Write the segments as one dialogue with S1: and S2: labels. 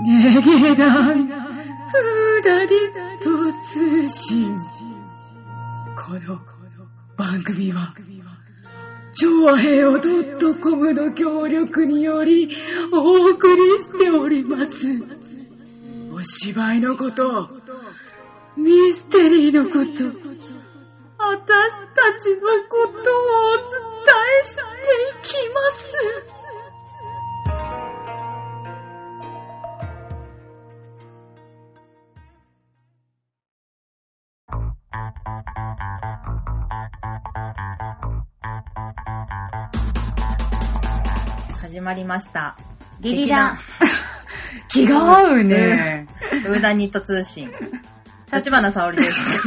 S1: ねげだん、ふだりと通信。この番組は、超和平を .com の協力によりお送りしております。お芝居のこと、ミステリーのこと、私たちのことをお伝えしていきます。
S2: 始まりました。
S3: ゲリラ。
S1: 気が合うね。
S2: うん。ウーダニット通 信。立花沙織です。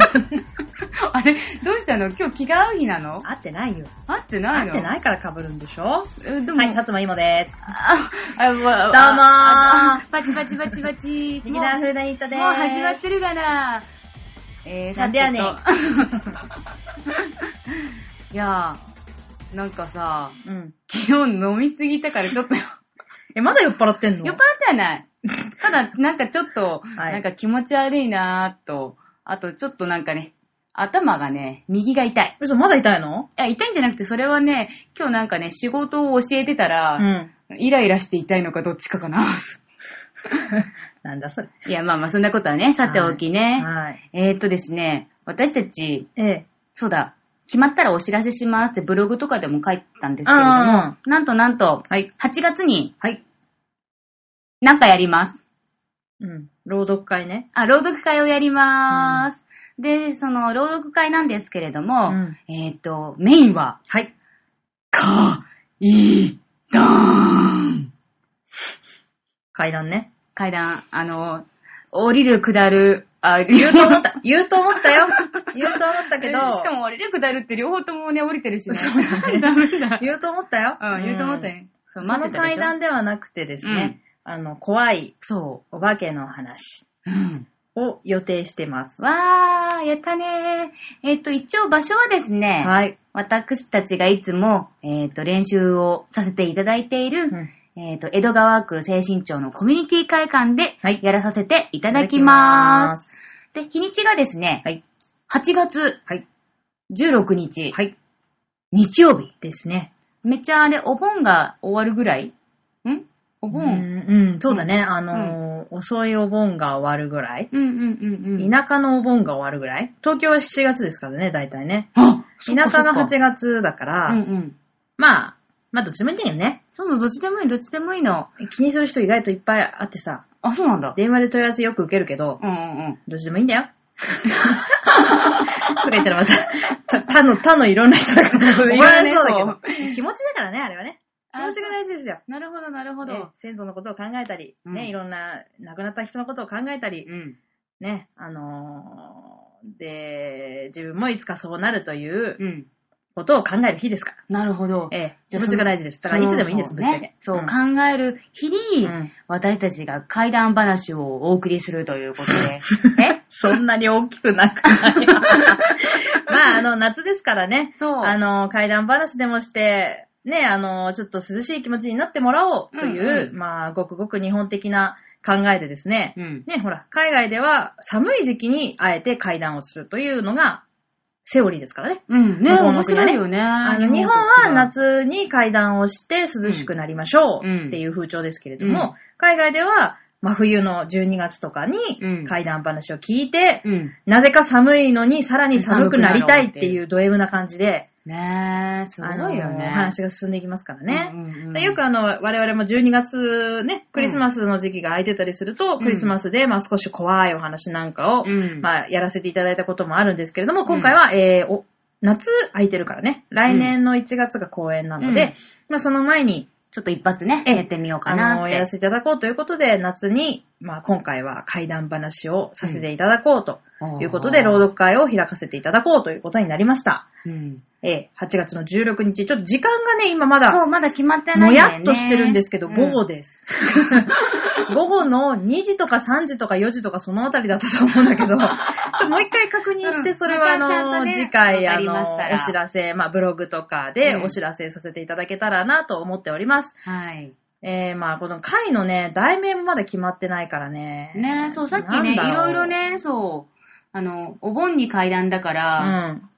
S3: あれどうしたの今日気が合う日なの
S2: 合ってないよ。
S3: 合ってない
S2: 合っ
S3: の
S2: てないから被るんでしょは
S3: えでも、
S2: い、薩摩いもです。
S3: あ、あ、どうも
S2: どうもー
S3: パチパチパチパチ。
S2: 劇団フーダニット
S3: も
S2: で
S3: う
S2: ーす。
S3: もう始まってるがなえー、
S2: なんで やねん
S3: さてといやー、なんかさ、
S2: うん。
S3: 昨日飲みすぎたからちょっと、酔っ
S2: え、まだ酔っ払ってんの
S3: 払ってはない。ただ、なんかちょっと、
S2: はい
S3: なんか気持ち悪いなーと、あとちょっとなんかね、頭がね、右が痛い。
S2: 嘘、まだ痛いの
S3: いや、痛いんじゃなくて、それはね、今日なんかね、仕事を教えてた
S2: う
S3: ら、
S2: ん。
S3: イライラして痛いのかどっちかかな。
S2: なんだそれ。
S3: いや、まあまあ、そんなことはね、さておきね。
S2: はい。
S3: えーっとですね、私たち、
S2: ええ。
S3: そうだ、決まったらお知らせしますってブログとかでも書いたんですけれども、なんとなんと、
S2: はい。
S3: 8月に
S2: はい。
S3: なんかやります。
S2: うん。朗読会ね。
S3: あ、朗読会をやりまーす。で、その、朗読会なんですけれども、
S2: うん
S3: えーっと、メインは、
S2: はい。
S3: か、い、だーん。
S2: 階段ね。
S3: 階段、あの、降りる、下る、 あ、
S2: 言うと思っ。
S3: った
S2: 言うと思ったよ。言うと思ったけど。
S3: しかも降りる、下るって両方ともね、降りてるしね。そうだ ね。ダメだ。
S2: 言うと思ったよ。
S3: うん、言うと思ったね。
S2: う
S3: そ
S2: ん。
S3: う
S2: そ
S3: 待って
S2: の
S3: たでし
S2: 階
S3: ょ
S2: 段ではなくてですね、あの、怖い
S3: そ
S2: お化けの話
S3: う。うん。
S2: を予定してます。
S3: わー、やったねー。えっ、と、一応場所はですね、
S2: はい。
S3: 私たちがいつも、えっ、と、練習をさせていただいている、えっ、と、江戸川区精神町のコミュニティ会館で
S2: はい、
S3: やらさせてい
S2: い
S3: ただきます。
S2: す。
S3: で、日にちがですね、
S2: はい
S3: 8月
S2: はい
S3: 16日、
S2: はい。
S3: 日曜日。
S2: ですね。
S3: めっちゃあれ、お盆が終わるぐらいんお
S2: う
S3: 盆
S2: ん、うん、そうだね。あのー遅いお盆が終わるぐらい。
S3: うんうんうんうん。
S2: 田舎のお盆が終わるぐらい。東京は7月ですからね、大体ね。
S3: あそっか
S2: 田舎が
S3: そっ
S2: 8月だか、
S3: からうんうん。
S2: まあ、まあどっちでもいいんだけどね。
S3: そうなの、どっちでもいい、どっちでもいいの。
S2: 気にする人意外といっぱいあってさ、
S3: あ、そうなんだ。
S2: 電話で問い合わせよく受けるけど、
S3: うんうん
S2: どっちでもいいんだよ。 とか言ったらまた、た、他の、他のいろんな人 だから、怒
S3: うん。
S2: られそうだけど。気持ちだからね、あれはね。気
S3: あ
S2: 持ちが大事ですよ。
S3: なるほど、なるほ
S2: ね
S3: ど。
S2: 先祖のことを考えたり、
S3: うん
S2: ね、いろんな亡くなった人のことを考えたり、
S3: うん。
S2: ね、あのーで、自分もいつかそうなるという
S3: うん。
S2: ことを考える日ですか
S3: なるほど
S2: ら。。ええ、
S3: じ
S2: 気
S3: ゃあ
S2: 持ちが大事です。だからいつでもいいんです、
S3: そう
S2: ぶっちゃけ
S3: ね。そう、
S2: ん
S3: 考える日に、
S2: うん
S3: 私たちが怪談話をお送りするということで。 え
S2: そんなに大きくなくない。 まあ、あの、夏ですからね。
S3: そう
S2: あの、怪談話でもして、ね、あの、ちょっと涼しい気持ちになってもらおうという、
S3: うんう
S2: まあ、ごくごく日本的な考えでですね、
S3: うん。
S2: ね、ほら、海外では寒い時期にあえて怪談をするというのが、セオリーですからね。
S3: うん。ね、
S2: 向こ
S3: 面
S2: うの国は
S3: 白
S2: ね
S3: いよね。
S2: あの、日本は。夏に怪談をして涼しくなりましょうっていう風潮ですけれども、
S3: うん
S2: 海外では真冬の12月とか
S3: うん
S2: に怪談話を聞いて、
S3: うん。
S2: なぜか寒いのにさらに寒くなりたいっていうド M な感じで、
S3: ねえ、すご
S2: あ
S3: い
S2: の、
S3: よね。
S2: 話が進んでいきますからね。
S3: うんうんうん
S2: でよくあの、我々も12月ね、クリスマスの時期が空いてたりすると、
S3: うん
S2: クリスマスで、まあ少し怖いお話なんかを、
S3: うん
S2: まあやらせていただいたこともあるんですけれども、今回は、えーお、夏空いてるからね、来年の1月が公演なので、
S3: うん
S2: まあその前に、
S3: ちょっと一発ね、
S2: ええ
S3: やってみようか
S2: あ
S3: なっ
S2: の、
S3: て。
S2: やらせていただこうということで、夏に、まあ今回は怪談話をさせていただこうということで、
S3: うん
S2: 朗読会を開かせていただこうということになりました。
S3: うん
S2: えー、8月の16日、ちょっと時間がね、今ま
S3: そ
S2: だ、
S3: う、まだ決まってない
S2: も
S3: んだよね。
S2: やっとしてるんですけど、
S3: うん
S2: 午後 です。午後の2時とか3時とか4時とかそのあたりだったと思うんだけど、ちょっともう一回確認して、
S3: うん
S2: それはあ
S3: またちゃん
S2: の、
S3: とね
S2: 次回、
S3: わ
S2: あ
S3: かり
S2: の、
S3: ましたら
S2: お知らせ、まあブログとかで
S3: うん
S2: お知らせさせていただけたらなと思っております。
S3: はい。
S2: えー、まあ、この会のね、題名もまだ決まってないからね。
S3: ねそう、さっきね、い
S2: なんだろ
S3: ろい
S2: う
S3: ろね、そう、あの、お盆に階段だか
S2: う
S3: ら、
S2: ん。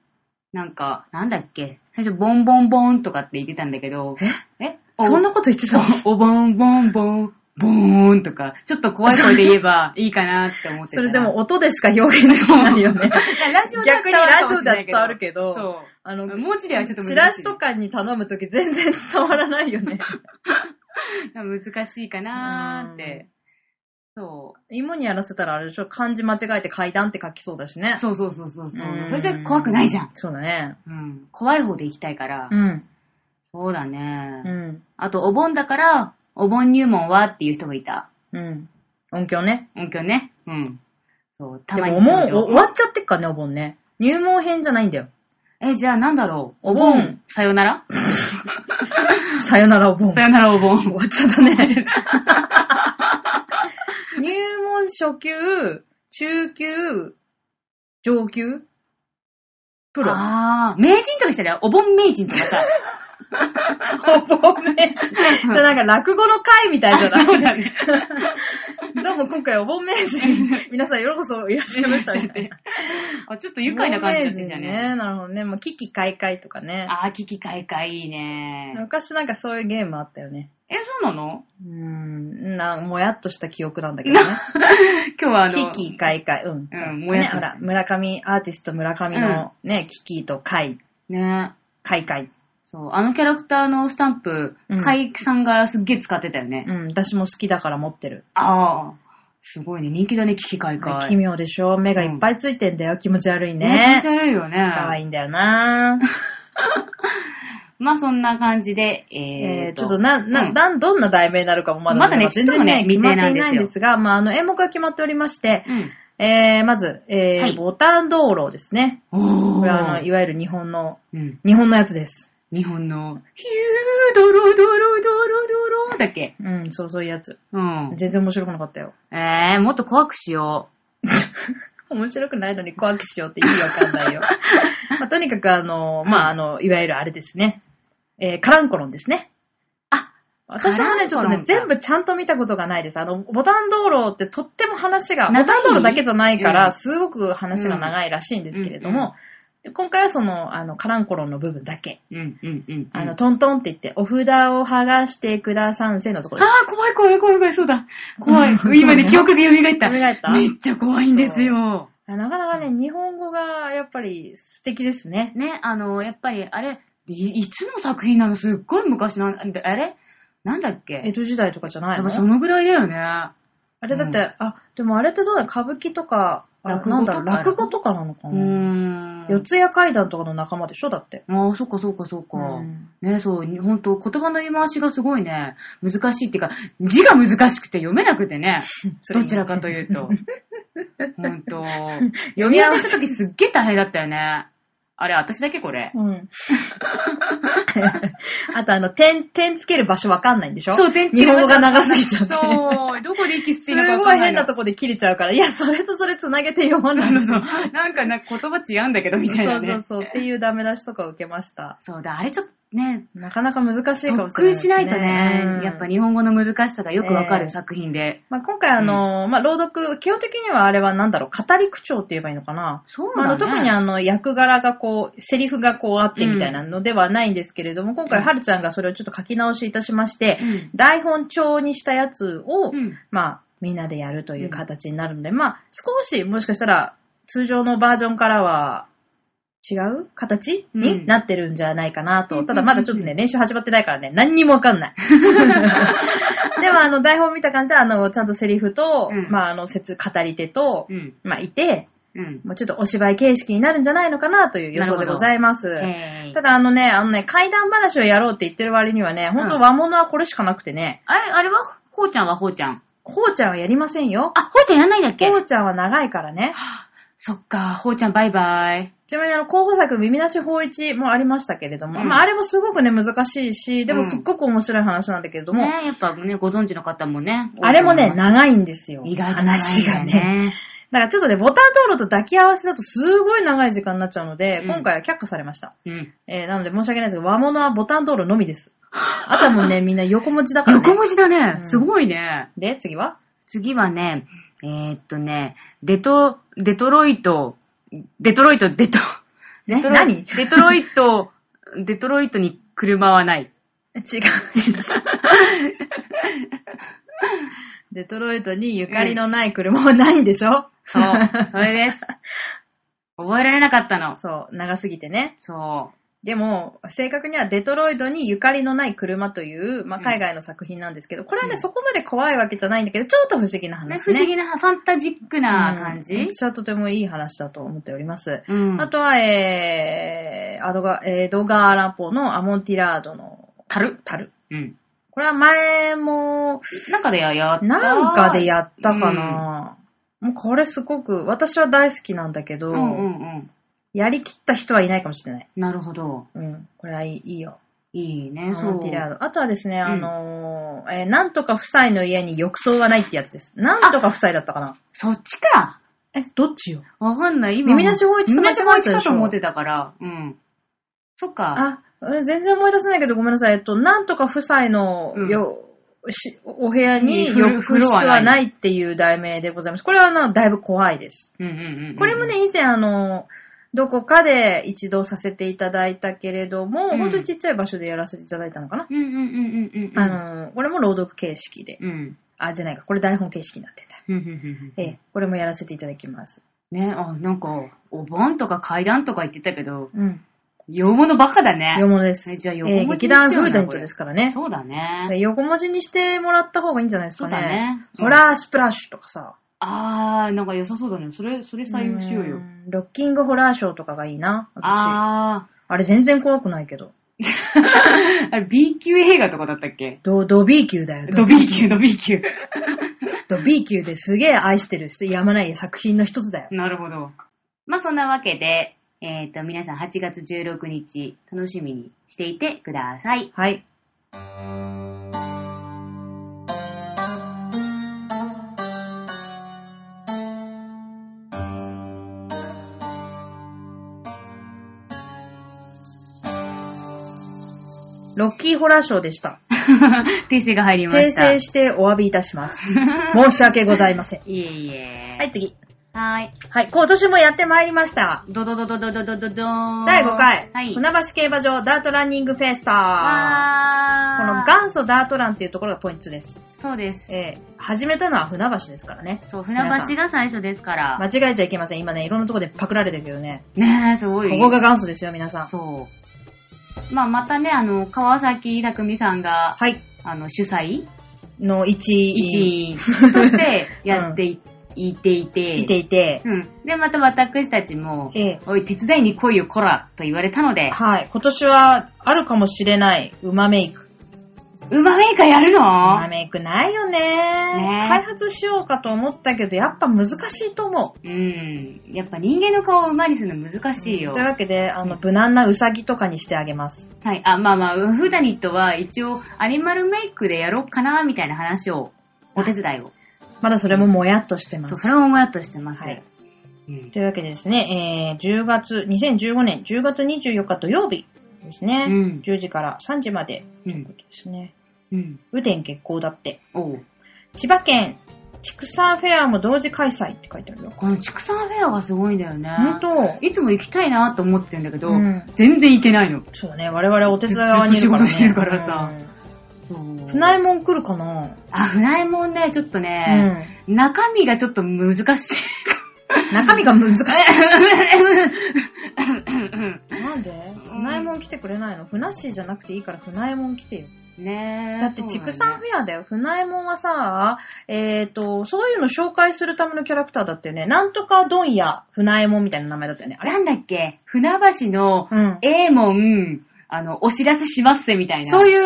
S3: なんか、なんだっけ、最初、ボンボンボンとかって言ってたんだけど、ええ
S2: そんなこと言ってたの
S3: おぼんぼんぼん、ぼーんとか、ちょっと怖い声で言えばいいかなって思ってた
S2: そ
S3: ら
S2: れでも、音でしか表現できな いよね。
S3: ラジオだ
S2: 逆に
S3: ったら
S2: ラジオだと伝わるけど、
S3: そ
S2: あの
S3: う。、文字ではちょっと難しい。
S2: チラシとかに頼むとき全然伝わらない よね。
S3: 難しいかなーって。そ
S2: 芋にやらせたらあれでしょ、漢字間違えて階段って書きそうだしね。
S3: う。そうそうそうそうそう。
S2: うん
S3: それじゃ怖くないじゃん。。
S2: そうだね。
S3: うん。怖い方で行きたいから。
S2: うん。
S3: そうだね、
S2: うん。
S3: あと、お盆だから、お盆入門はっていう人がいた。
S2: うん。音響ね。
S3: 音響ね。うん。そう、た
S2: で
S3: まに
S2: も、
S3: 聞
S2: お
S3: くでし
S2: 盆、お
S3: ょ。
S2: 終わっちゃってっからね、お盆ね。入門編じゃないんだよ。
S3: え、じゃあなんだろう。
S2: お
S3: お
S2: 盆
S3: 盆、さよなら
S2: さよならお盆。
S3: さよならお
S2: 終
S3: 盆。
S2: わっちゃったね。 入門初級、中級、上級、プロ。
S3: あー、名人とかしたら、お盆名人とかさ。
S2: お盆 名人。なんか落語の会みたいじゃない
S3: そうだね。
S2: どうも今回お盆名人、皆さんようこそいらっしゃいましたね。
S3: あ、ちょっと 愉快な感じだったじゃ
S2: お盆名人
S3: ね。
S2: ね。なるほどね。まあ、危機開会とかね。
S3: あー、危機開会いいね。
S2: 昔なんかそういうゲームあったよね。
S3: え、そうなの
S2: うーん、なんもやっとした記憶なんだけどね。
S3: 今日はあの、
S2: 危機開会、うん。
S3: うん、も
S2: ね、
S3: やっ
S2: ほ
S3: と
S2: ら、村上、アーティスト村上のね、キキとカイ、
S3: ね。
S2: カイカイ。
S3: そう、あのキャラクターのスタンプ
S2: うん、
S3: カイさんがすっげえ使ってたよね。
S2: うん、私も好きだから持ってる。
S3: ああ、すごいね。人気だね、危機開会。
S2: 奇妙でしょ目がいっぱいついてんだよ。気持ち悪い
S3: ね。気
S2: ね
S3: 持ち。悪いよね。
S2: 可愛いんだよな
S3: まあそんな感じで、え
S2: えー、
S3: ー
S2: ちょっとな、な、
S3: うん
S2: なん、どんな題名になるかもまだ
S3: まだね
S2: 全
S3: ちょっと
S2: 然ね、
S3: ね
S2: 決まってい
S3: 未定
S2: な
S3: ないんです
S2: ん
S3: よ
S2: ですが、まあ、あの、演目が決まっておりまして、
S3: うん。
S2: えー、まず、えー
S3: はい
S2: ボタン道路ですね。
S3: おー
S2: これは、あの、いわゆる日本の、
S3: うん。
S2: 日本のやつです。
S3: 日本の、ヒュー、ドロドロドロドロだっけ
S2: うん、そうそういうやつ。
S3: うん。
S2: 全然面白くなかったよ。
S3: えー、もっと怖くしよ
S2: 面白くないのに怖くしようって意味わか んないよ。まあ、とにかく、あの、まあ、あの、いわゆるあれですね。えーカランコロンですね。あ、私もね、ちょっとね、
S3: カラ
S2: 全
S3: ンコロンか
S2: 部ちゃんと見たことがないです。あの、ボタン道路ってとっても話が、ボ
S3: 長い
S2: タン道路だけじゃないから、
S3: うん
S2: すごく話が長いらしいんですけれども、
S3: うんうん
S2: で今回はその、あの、カランコロンの部分だけ。
S3: う。うん、うん、うん。
S2: あの、
S3: あ
S2: トントンって言って、お札を剥がしてくださんせのところです。
S3: ー、怖い怖い怖い怖い、そうだ。怖い。
S2: うん
S3: 今ね、記憶が蘇った。
S2: 蘇った
S3: めっちゃ怖いんですよ。
S2: なかなかね、日本語がやっぱり素敵ですね。
S3: ね、あの、やっぱり、あれ、いいつの作品なのすっごい昔なんで、あれなんだっけ
S2: 江戸時代とかじゃない
S3: やっ
S2: の
S3: ぱそのぐらいだよね。
S2: あれだって、あ、でもあれってどうだ歌舞伎とか、あ
S3: 落語
S2: なんだろう、
S3: とか
S2: 落語とかなのか
S3: う
S2: な、
S3: ーん。
S2: 四谷怪談とかの仲間でしょだって。
S3: ああ、そっかそっかそっか。
S2: うん
S3: ね、そう、にほんと、言葉の言い回しがすごいね、難しいっていうか、字が難しくて読めなくてね、どちらかという と。ほんと、読み合わせた時すっげえ大変だったよね。あれ、私だけこれ。
S2: うん。あとあの、点、 点つける場所わかんないんでしょ
S3: そう、点
S2: 日本語が長すぎちゃって。
S3: そう、どこで息吸っ
S2: す
S3: ていいのかわ
S2: ご
S3: か
S2: い
S3: んない
S2: 変
S3: の
S2: なとこで切れちゃうから、いや、それとそれつなげて読まない
S3: そう
S2: の。
S3: そう。 なんか、なんか言葉違うんだけど、みたい
S2: そ
S3: な
S2: うそう
S3: ね。
S2: そう。っていうダメ出しとかを受けました。
S3: そうだ、あれちょっとね、
S2: なかなか難しいかもし
S3: 特
S2: れない、で
S3: 訓
S2: す
S3: しないとね、
S2: うん
S3: やっぱ日本語の難しさがよくわか
S2: ええ
S3: る作品で。
S2: まあ、今回あの、まあ、朗読、基本的にはあれはなんだろう、語り口調って言えばいいのかな。
S3: そう
S2: まああ
S3: だね。
S2: の特にあの役柄がこう、セリフがこうあってみたいなのではないんですけれども、今回
S3: うん
S2: はるちゃんがそれをちょっと書き直しいたしまして、
S3: うん
S2: 台本調にしたやつを、
S3: うん
S2: まあみんなでやるという形になるので、まあ少しもしかしたら通常のバージョンからは違う形
S3: うん
S2: になってるんじゃないかなと。
S3: うん
S2: ただまだちょっとね、練習始まってないからね、何にもわか んない。でもあの台本見た感じで、あの、ちゃんとセリフと、
S3: うん
S2: まああの、説、語り手と、
S3: うん。
S2: まあいて、
S3: うん。
S2: もうちょっとお芝居形式になるんじゃないのかなという予想でございます。
S3: ええ
S2: ただあのね、あのね、怪談話をやろうって言ってる割にはね、本当
S3: うん
S2: 和物はこれしかなくてね、
S3: あれ、あれはほうちゃんはほうちゃん。
S2: こうちゃんはやりませんよ。
S3: あ、ほうちゃんやんないんだっけ
S2: こうちゃんは長いからね。
S3: そっか、ほうちゃんバイバイ。
S2: ちなみにあの、候補作、耳なし法一もありましたけれども、
S3: うん
S2: まああれもすごくね、難しいし、で
S3: う
S2: も
S3: ん
S2: すっごく面白い話なんだけれども、
S3: ね、やっぱね、ご存知の方もね。
S2: あれもね、長いんですよ。
S3: 意外と
S2: 話がね。
S3: ね。
S2: だからちょっとね、ボタン道路と抱き合わせだとすごい長い時間になっちゃうので、
S3: うん
S2: 今回は却下されました。
S3: うん。
S2: えーなので申し訳ないですが、和物はボタン道路のみです。あとはもう ね、みんな横文字だからね。
S3: 横文字だね。
S2: うん
S3: すごいね。
S2: で、次は
S3: 次はね、えーっとね、デト、デトロイト、デトロイト、デト、
S2: ね
S3: デトロ
S2: 何
S3: デトロイト、デトロイトに車はない。
S2: 違う。 デトロイトにゆかりのない車はないんでしょ、
S3: そう、それです。覚えられなかったの。
S2: そう、長すぎてね。
S3: そ
S2: でも、正確にはデトロイトにゆかりのない車という、まあ、
S3: うん
S2: 海外の作品なんですけど、これは
S3: う
S2: ね、
S3: ん
S2: そこまで怖いわけじゃないんだけど、ちょっと不思議な
S3: う。ね、
S2: 話
S3: 不
S2: ね。
S3: 思議な、ファンタジックな感
S2: うん
S3: じ
S2: 私はとてもいい話だと思っております。
S3: うん
S2: あとは、えー、アドガ、えー、ドガー・アランポーのアモンティラードの
S3: 樽
S2: 樽。
S3: うん。
S2: これは前も、
S3: なんかでややった。
S2: なんかでやったかな、もうこれすごく、私は大好きなんだけど、
S3: うんうんうん。
S2: やりきった人はいないかもしれない。
S3: なるほど。
S2: うん。これはいいいいよ。
S3: いいね、
S2: ア
S3: そう。
S2: モンティラード。あとはですね、
S3: ん
S2: あのーえーなんとか夫妻の家に浴槽はないってやつです。なんとか夫妻だったかな
S3: そっちか。
S2: え、どっちよ
S3: わかんない。今。
S2: 耳なし法一と
S3: 耳
S2: 間違
S3: な
S2: え
S3: した法
S2: でしょ
S3: 一かと思ってたから。うん。そっか。
S2: あ、うん全然思い出せないけどごめんなさい。えっと、なんとか夫妻の
S3: うん
S2: よ、しお部屋に
S3: にフル
S2: 浴室はないっていう題名でございます。これはあの、だいぶ怖いです。
S3: うんうんうんうん。
S2: これもね、以前あの、どこかで一度させていただいたけれども、
S3: うん
S2: 本当にちっちゃい場所でやらせていただいたのかな。
S3: うんうんうんうんうんうん。
S2: あの、これも朗読形式で。
S3: うん。
S2: あ、じゃないか。これ台本形式になってた。
S3: うんうんうんうん
S2: ええ、これもやらせていただきます。
S3: ね、あ、なんか、お盆とか階段とか言ってたけど、
S2: うん。
S3: 洋物ばっかだ
S2: 洋
S3: ね。
S2: 物です。
S3: えじゃあ横文字
S2: ええ
S3: にし
S2: 劇
S3: ようよ
S2: 団フーダニットですからね。
S3: そうだね。
S2: え横文字にしてもらった方がいいんじゃないです
S3: そ
S2: か
S3: う
S2: ね。
S3: だね。
S2: ホラースプラッシュとかさ。
S3: あー、なんか良さそうだね。それ、それ採用しようよ
S2: う。んロッキングホラーショーとかがいいな。私。あ
S3: あ
S2: れ全然怖くないけど。
S3: ー、 あれ B 級映画とかだったっけ
S2: ド、ド B 級だよ。
S3: ド B 級、ド B 級。
S2: と B 級ですげえ愛してるし、やまない作品の一つだよ。
S3: なるほど。まあそんなわけで、えっ、と、皆さん8月16日、楽しみにしていてください。
S2: はい。ロッキーホラーショーでした。
S3: 訂正が入りま
S2: 訂
S3: した。
S2: 正してお詫びいたします。申し訳ございません。
S3: いえいえ。
S2: はい、。次。
S3: はーい。
S2: はい、今年もやってまいりました。
S3: どどどどどどどどどーん
S2: 第5回、
S3: はい。
S2: 船橋競馬場ダートランニングフェスタ。この
S3: わー。
S2: 元祖ダートランっていうところがポイントです。
S3: そうです。
S2: えー始めたのは船橋ですからね。
S3: そう、船橋が最初ですから。
S2: 間違えちゃいけません。今ね、いろんなとこでパクられてるけどね。
S3: ねえ、すご
S2: こ
S3: い。
S2: こが元祖ですよ、皆さん。
S3: そう。まあ、またね、あの、川崎匠さんが、
S2: はい。
S3: あの、主催
S2: の一位、
S3: 一員としてやってい, 、ていて、
S2: いていて、
S3: うん。で、また私たちも、
S2: え
S3: おい、手伝いに来いよ、こら、と言われたので
S2: ー、はい。今年はあるかもしれない、馬メイク。
S3: うまメイカやる
S2: 馬
S3: の
S2: メイクないよね
S3: ね
S2: 開発しようかと思ったけど、やっぱ難しいと思う。
S3: うん。やっぱ人間の顔を馬にするの難しいよ
S2: という。わけで、あの、無難なウサギとかにしてあげます。
S3: はい。あ、まあまあ、フーダニットは一応、アニマルメイクでやろうかな、みたいな話を、お手伝いを。
S2: まだそれももやっとしてま
S3: そう、
S2: す。
S3: それももやっとしてます。
S2: はい
S3: うん
S2: というわけでですね、えー、10月、2015年10月24日土曜日ですね、
S3: うん
S2: 10時から3時まで
S3: うん。
S2: ですね、
S3: うん。
S2: 雨天決行だって、
S3: おう。
S2: 千葉県畜産フェアも同時開催って書いてあるよ。
S3: この畜産フェアがすごいんだよね。
S2: 本当
S3: いつも行きたいなと思ってんだけど、
S2: うん
S3: 全然行けないの。
S2: そうだね、我々お手伝い側にいるからね。
S3: ずっと仕事してるからさ
S2: うん。
S3: 船
S2: 船
S3: 井
S2: 井もん来るかな、
S3: あ、船井もんね、ちょっとね、中身がちょっと難しい。
S2: うん。中身が難しい。
S3: うん
S2: なんで船井もん来てくれないの船市じゃなくていいから船井もん来てよ。
S3: ねえ。
S2: だって畜産フ
S3: ェ
S2: ェアだよ。船右衛門はさ、えっ、と、そういうの紹介するためのキャラクターだったよね。なんとか問屋船右衛門みたいな名前だったよね。あれ
S3: なんだっけ船橋の、
S2: うん。
S3: ええもん、あの、お知らせしますせみたいな。
S2: そ
S3: う。
S2: ういう、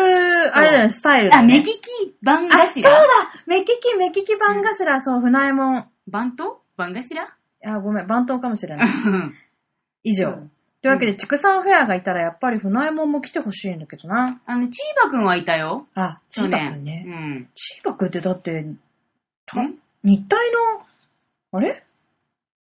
S2: あれだよね、スタイルだ
S3: あ、
S2: よね。
S3: 目利き番
S2: あ、そうだ
S3: 頭
S2: 目利き、目利き番頭、そう、船右衛門。
S3: 番頭番頭
S2: あ、ごめん、番頭かもしれない。
S3: うん
S2: 以上。
S3: うん
S2: というわけで、畜産フェアがいたら、やっぱり船右衛門も来てほしいんだけどな。
S3: あの、チーバくんはいたよ。
S2: あ、チーバくんね。
S3: うん。
S2: チーバくんってだって、た
S3: ん
S2: 日体の、あれ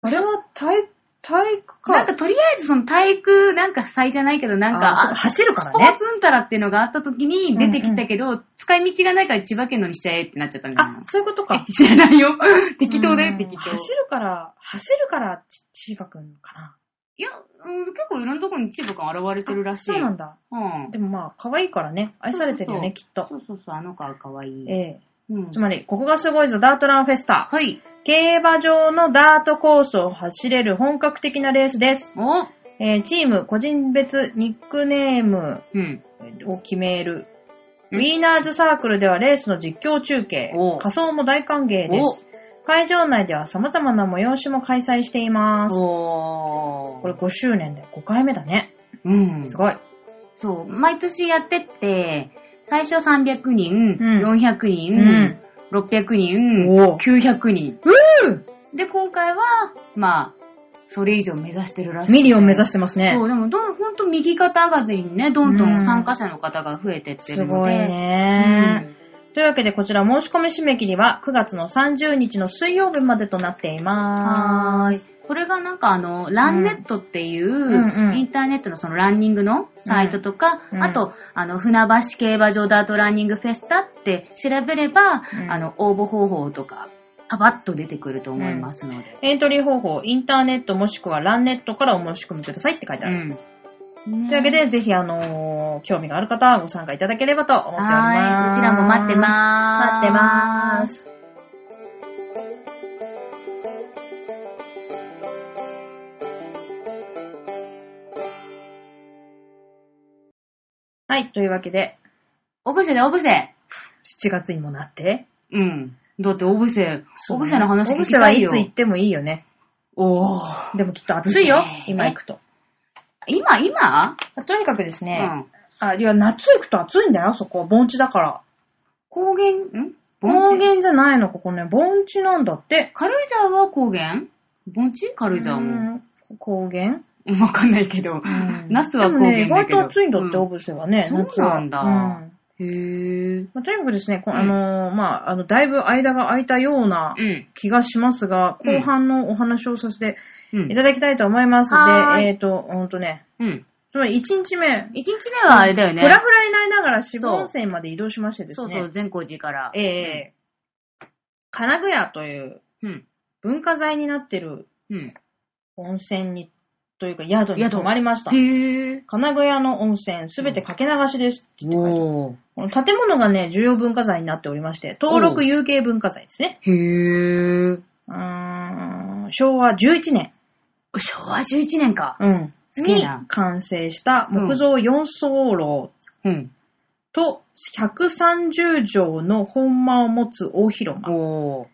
S2: あれは体体育か。
S3: なんかとりあえずその体育なんか祭じゃないけど、なん
S2: あ
S3: か、あ
S2: 走るか
S3: ス
S2: ら
S3: ポー
S2: ね。
S3: ツうんたらっていうのがあった時に出てきたけど、使い道がないから千葉県のにしちゃえってなっちゃったみたい
S2: あ
S3: な、。
S2: そういうことか。
S3: 知らないよ。 適当だ
S2: う
S3: よ、
S2: ん
S3: 適当。
S2: 走るから、走るから、ち千葉くんかな。
S3: いや、うん結構いろんなとこに千葉君現れてるらしい。
S2: そうなんだ。
S3: うん
S2: でもまあ、可愛いからね。愛されてるよね、きっと。
S3: そうそうそう、あの子は可愛い。
S2: ええ
S3: うん
S2: つまり、ここがすごいぞ、ダートランフェスタ。
S3: はい。
S2: 競馬場のダートコースを走れる本格的なレースです。
S3: お
S2: えーチーム、個人別、ニックネーム
S3: うん。
S2: を決める。
S3: う
S2: ウ
S3: ん
S2: ィーナーズサークルではレースの実況中継
S3: お、
S2: 仮装も大歓迎です。会場内では様々な催しも開催しています。
S3: お
S2: これ5周年で5回目だね。
S3: うん
S2: す。ごい。
S3: そう、毎年やってって、最初300人、
S2: うん
S3: 400人、
S2: うん
S3: 600人、
S2: おー
S3: 900人。
S2: ー
S3: で、今回は、まあ、それ以上目指してるらしい。
S2: ミリオン目指しててますね
S3: そ。う、でもどん、ほんと右肩上がりにね、どんど
S2: うんん
S3: 参加者の方が増えてって
S2: す
S3: るの
S2: ごい
S3: で。う
S2: ね。
S3: ん。
S2: というわけで、こちら申し込み締め切りは9月の30日の水曜日までとなっていま
S3: はー
S2: す。
S3: い。これがなんかあの、ランネットっていう、
S2: んうん
S3: インターネットのそのランニングのサイトとか、
S2: うん
S3: あと、あの、船橋競馬場ダートランニングフェスタって調べれば、
S2: うん
S3: あの、応募方法とか、パパッと出てくると思いますので。
S2: エントリー方法、インターネットもしくはランネットからお申し込みくださいって書いてある。
S3: うん
S2: というわけ、で、ぜひ、あのー興味がある方はご参加いただければと思っており
S3: はー
S2: ま
S3: い。
S2: す。
S3: こちらも待ってまーす。
S2: 待ってまー。す。はい、というわけで、
S3: オブセだ、オブセ。
S2: 7月にもなって。
S3: うん。だって、オブセ、オブセの話
S2: オブ
S3: 聞き
S2: セ
S3: た
S2: はいい
S3: よ。
S2: つ行ってもいいよね。
S3: おー。
S2: でもきっと暑いよ
S3: いいね、
S2: 今行くと。
S3: 今、今、
S2: とにかくですね、
S3: うん。
S2: あ、いや、夏行くと暑いんだよ、そこ。盆地だから。
S3: 高原、ん
S2: 高原じゃないの、ここね。盆地なんだって。
S3: 軽井沢は高原盆地軽井沢も。
S2: うん高原
S3: わかんないけど。ナスは高
S2: でもね、
S3: 原だ
S2: 意外
S3: けど。
S2: と暑いんだって、
S3: う
S2: オブセはね、
S3: そうなん
S2: 夏は。
S3: だ
S2: うん
S3: へぇ
S2: まあとにかくですね、こ
S3: うん
S2: あのーまあ、あの、だいぶ間が空いたような
S3: うん。
S2: 気がしますが、
S3: うん
S2: 後半のお話をさせて
S3: うん
S2: い。ただきたいと思います
S3: うんは
S2: の
S3: ーい
S2: で、えっと、ほんとね、
S3: うん。
S2: つまり1日目、
S3: 一日目はあれだよね。
S2: フラフラになりながら渋温泉まで移動しましてです
S3: そう
S2: ね、
S3: そう、善光寺から。
S2: ええ金具屋という
S3: うん。
S2: 文化財になってる
S3: うん。
S2: 温泉に、というか宿に
S3: 宿
S2: 泊まりました。
S3: へぇ
S2: 金具屋の温泉、すべてかけ流しです。
S3: おー。
S2: この建物がね、重要文化財になっておりまして、登
S3: おう
S2: 録有形文化財ですね。
S3: へぇ
S2: うーん、昭和11年。
S3: 昭和11年か。
S2: うん。
S3: すげえ
S2: に
S3: な
S2: 完成した木造四層楼
S3: うん。
S2: と130畳の本間を持つ大広間
S3: おー。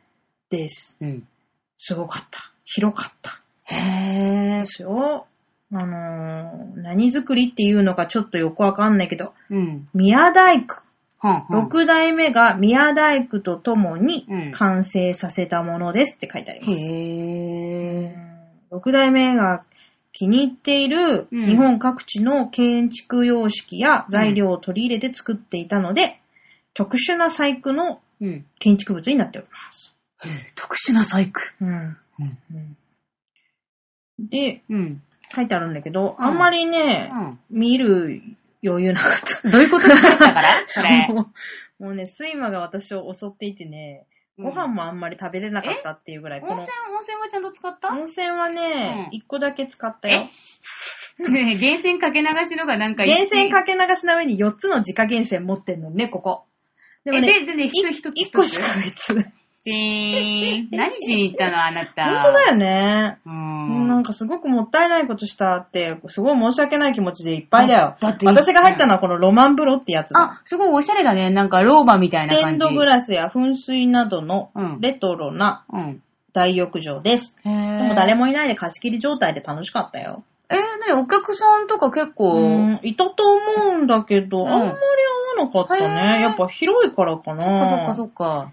S2: です。
S3: うん。
S2: すごかった。広かった。
S3: へ
S2: で
S3: ぇ
S2: すよ。あのー、何作りっていうのかちょっとよくわかんないけど、
S3: うん。
S2: 宮大工。
S3: はんはん。
S2: 六代目が宮大工とともに
S3: うん
S2: 完成させたものですって書いてあります。
S3: へぇ
S2: 6代目が気に入っている
S3: うん
S2: 日本各地の建築様式や材料を取り入れて作っていたので、特殊な細工の
S3: うん。
S2: 建築物になっております。
S3: 特殊な細工。
S2: うん
S3: うん
S2: で、
S3: うん。
S2: 書いてあるんだけど、
S3: うん
S2: あんまりね、
S3: う
S2: 見る余裕なかった。。
S3: ん。どういうことだったから それ
S2: もう もうね、睡魔が私を襲っていてね、ご飯もあんまり食べれなかったっていうぐらい、こ
S3: 温
S2: の
S3: 泉、温泉はちゃんと使った
S2: 温泉はね、
S3: うん
S2: 一個だけ使ったよ。
S3: ねえ、源泉かけ流しのがなんか
S2: 源泉
S3: か
S2: かけ流しの上に4つの自家源泉持ってんのね、ここ。で
S3: け
S2: も
S3: 流し。
S2: ね、
S3: え、で、でね、一つ一つ。
S2: 1個しか別。 本
S3: チーン。何しに行ったのあなた。
S2: 当だ
S3: よ。
S2: よね。
S3: う
S2: なん
S3: ん。
S2: かすごくもったいないことしたって、すごい申し訳ない気持ちでいっぱいだよ。
S3: だっていい
S2: 私が入ったのはこのロマン風呂ってやつだ。
S3: あ、すごいおしゃれだね。なんかローバみたいな
S2: ステ
S3: 感
S2: ン
S3: じ。
S2: ドグラスや噴水などの
S3: うん
S2: レトロな
S3: うん。
S2: 大浴場です。
S3: へえ。
S2: でも誰
S3: も。
S2: もいないで貸し切り状態で楽しかったよ。
S3: えー、なにお客さんとか結
S2: うん
S3: 構、、
S2: いたと思うんだけど、
S3: うん
S2: あんまり合わなかった
S3: へー
S2: ね。やっぱ広いからか
S3: そっ
S2: な。
S3: かそっかそっか。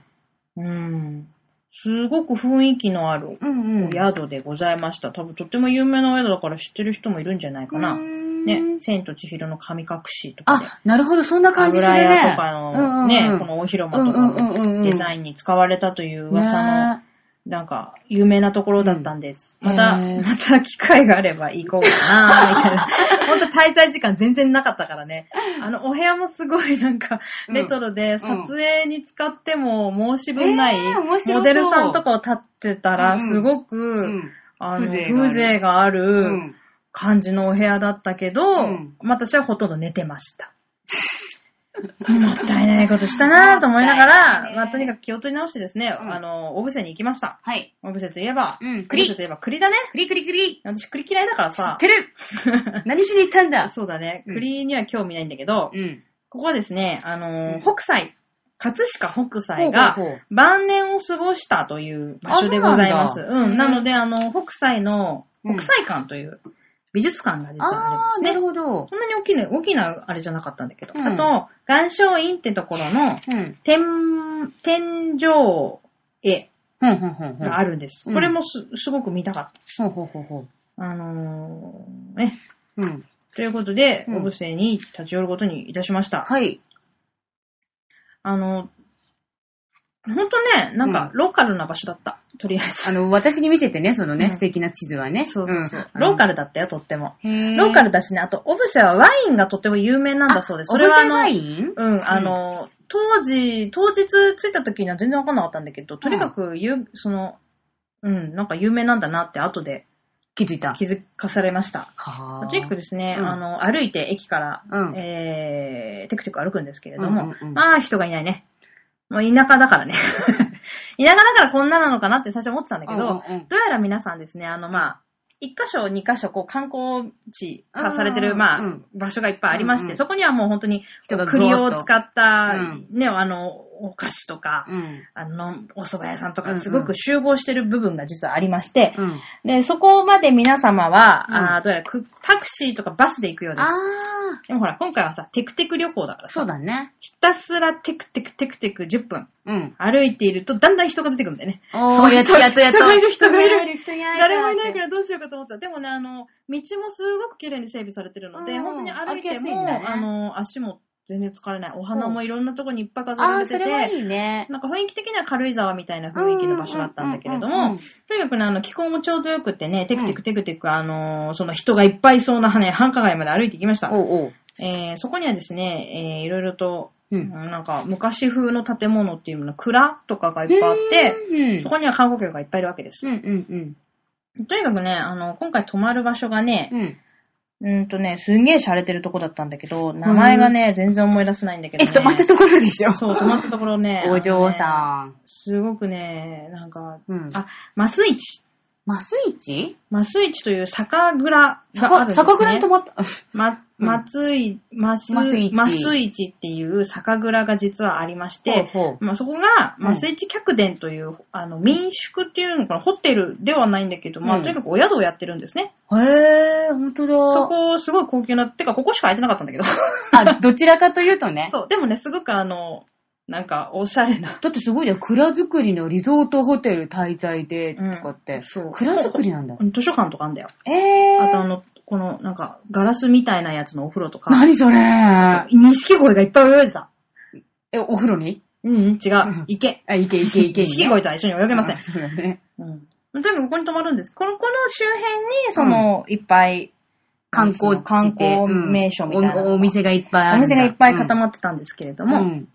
S2: うん。すごく雰囲気のある
S3: うんうん。
S2: お宿でございました。多分とっても有名なお宿だから知ってる人もいるんじゃないか
S3: う
S2: な。
S3: ん
S2: ね、千と千尋の神隠しとかで。
S3: あ、なるほど、そんな感じする
S2: 油
S3: ね。
S2: 屋とかのね、この大広
S3: うん
S2: 間と
S3: うんうん
S2: か
S3: うんうん。
S2: のデザ
S3: イン
S2: インに使われたという噂の
S3: ね
S2: なんか、有名なところだったんです。
S3: うん
S2: また、
S3: へー
S2: また機会があれば行こうかな、みた いな。ほんと滞在時間全然なかったからね。あの、お部屋もすごいなんか、
S3: うん
S2: レトロで、撮影に使っても申し分ない、
S3: えー面白そう
S2: モデルさんとかを立ってた
S3: う
S2: ら、
S3: ん
S2: すごく、
S3: うん。
S2: あの、
S3: 風情がある
S2: 風情があ
S3: う
S2: る
S3: ん。
S2: 感じのお部屋だったけど、
S3: うん
S2: まあ私はほとんど寝てました。 もったいないことしたなぁと思いな
S3: もったいない
S2: がら、
S3: ね
S2: まあとにかく気を取り直してですね、
S3: うん
S2: あの、オブシェに行きました。
S3: はい。
S2: オブシェといえば、
S3: うん
S2: オブ
S3: 栗
S2: シェといえば栗だね。
S3: クリクリクリ。
S2: 私栗嫌いだからさ、
S3: てる何しに行ったんだ
S2: そうだね、
S3: うん
S2: 栗には興味ないんだけど、
S3: うん。
S2: ここはですね、あのー
S3: うん
S2: 北斎、葛飾北斎が、
S3: ほうほうほう
S2: 晩年を過ごしたという場所でございます。
S3: あ
S2: う
S3: そうなんだ
S2: ん。なので、あの、北斎
S3: うん
S2: の、北斎館という美術館が実は
S3: あ
S2: ある
S3: ー、
S2: ん
S3: な
S2: ですね。
S3: るほど。
S2: そんなに大きな、大きなあれじゃなかったんだけど。
S3: うん
S2: あと、岩松院ってところの
S3: うん。
S2: 天、天井絵
S3: ほんほんほんほん。
S2: があるんです。
S3: うん
S2: これもす、すごく見たかっ
S3: ほうほうほうほ
S2: た。あのー、ね。
S3: う。うん。
S2: ということで、
S3: うん
S2: オブセに立ち寄ることにいたしました。
S3: はい。
S2: あの、ほんとね、なんか、ローカルな場所だった。とりあえず
S3: あ。の、私に見せてね、その
S2: う
S3: ね、
S2: ん
S3: 素敵な地図はね。
S2: そうそうそう。
S3: ん
S2: ローカルだったよ、とっても。ロ
S3: ロ
S2: ーカルだしね、あと、オブシェはワインがとっても有名なんだそうです。
S3: そ
S2: そ
S3: れ
S2: れ
S3: はあ
S2: はあ
S3: の、オブ
S2: の
S3: ザワ、イン
S2: うん、あの、当時、当日着いた時には全然わかんなかったんだけど、とにかく、ゆその、うん、なんか有名なんだなって後で
S3: 気づいた。
S2: 気づかされました。
S3: は
S2: とにかくですね、
S3: うん
S2: あの、歩いて駅から、
S3: うん
S2: えー、テクテク歩くんですけれども、
S3: うんうんうん
S2: まあ人がいないね。もう田舎だからね。 田舎だからこんななのかなって最初思ってたんだけ
S3: う
S2: ど、
S3: んうんうん
S2: どうやら皆さんですね、あの、まあ、一箇所、二箇所、こう、観光地化されて
S3: うんうんう
S2: る、
S3: ん
S2: ま
S3: う
S2: あ
S3: ん、
S2: 場所がいっぱいありまして、
S3: うんうん
S2: そこにはもう本当に
S3: 人が、ゴーッと
S2: 栗を使った
S3: うん、
S2: ね、あの、お菓子とか、
S3: うん。
S2: あの、お蕎麦屋さんと
S3: うん
S2: か、
S3: うん
S2: すごく集合してる部分が実はありまして、
S3: うん。
S2: で、そこまで皆様は、
S3: うん
S2: あーどうやらくタクシーとかバスで行くようです。
S3: あ
S2: でもほら、今回はさ、テクテク旅行だから
S3: ー、そ
S2: さ
S3: う、だね。
S2: ひたすらテクテクテクテク10分
S3: うん。
S2: 歩いていると、だんだん人が出てくるんだよね。
S3: おー、やっとやっとやっと。
S2: 人がいる人がいる
S3: 人がいる。。
S2: 誰もいないかららどうしようかと思ってた。でもね、あの、道もすごく綺麗に整備されてるので、
S3: うん
S2: 本当に歩い
S3: 歩き
S2: て
S3: やすい
S2: も、
S3: んだね
S2: あの、足も全然疲れない。お花もいろんなとこにいっぱい飾ら
S3: あー、
S2: れて
S3: そ
S2: て、
S3: れはいいね。
S2: なんか雰囲気的には軽井沢みたいな雰囲気の場所だったんだけれど
S3: うんうんうんうん
S2: も、とにかくね、あの、気候もちょうどよくてね、テクテクテクテク、あの、その人がいっぱいいそうなね、繁華街まで歩いてきました。
S3: おうおう。
S2: えーそこにはですね、えーいろいろと、
S3: う
S2: うん。なんか昔風の建物っていうの、蔵とかがいっぱいあって、
S3: うん
S2: そこには観光客がいっぱいいるわけです
S3: うん。うん
S2: とにかくね、あの、今回泊まる場所がね
S3: う、ん。うん。
S2: うんとね、すんげえ洒落てるとこだったんだけど、名前がね、全然思い出せないんだけど、
S3: え、
S2: ね。
S3: 止まったところでしょ
S2: そう、泊まったところ ね。
S3: お嬢
S2: ん。
S3: さん。
S2: すごくね、なんか、
S3: うん
S2: あ、マスイチ。
S3: マスイチ
S2: マスイチという酒蔵があるん
S3: 坂
S2: です、ね。
S3: 酒蔵に止まった。
S2: ま、
S3: うん
S2: 松井、松
S3: 松井
S2: 井、
S3: 市
S2: 松井市っていう酒蔵が実はありまして、
S3: ほうほう
S2: まあ、そこが、
S3: うん
S2: 松井市客殿という、あの、民宿っていうのかな、ホテルではないんだけど、ま
S3: う
S2: あ、
S3: ん
S2: とにかくお宿をやってるんですね。
S3: へぇー、ほんとだ。
S2: そこ、すごい高級な、てか、ここしか空いてなかったんだけど。
S3: あ、どちらかというとね。
S2: そう、でもね、すごくあの、なんか、おしゃれな。
S3: だってすごいじゃん。蔵造りのリゾートホテル滞在で、と
S2: うん
S3: かって。
S2: そう
S3: 蔵造りなんだ。
S2: 図書館とかあんだよ。
S3: え
S2: あと
S3: ー。
S2: あの、この、なんか、ガラスみたいなやつのお風呂とか。
S3: 何それ
S2: 錦鯉がいっぱい泳いでた。
S3: え、お風呂に
S2: うん、うん違う。池。
S3: あ、いけいけ いけ。
S2: 錦鯉とは一緒に泳げません
S3: あ。そうだね。
S2: うん。とにかくここに泊まるんです。この、この周辺に、その、いっぱい、
S3: 観光地で、
S2: 観光名所みたいなのが
S3: おお店がいっぱいある
S2: お
S3: んだ。
S2: 店がいっぱい固
S3: っ
S2: まってたんですけれ
S3: た
S2: ども、
S3: うん。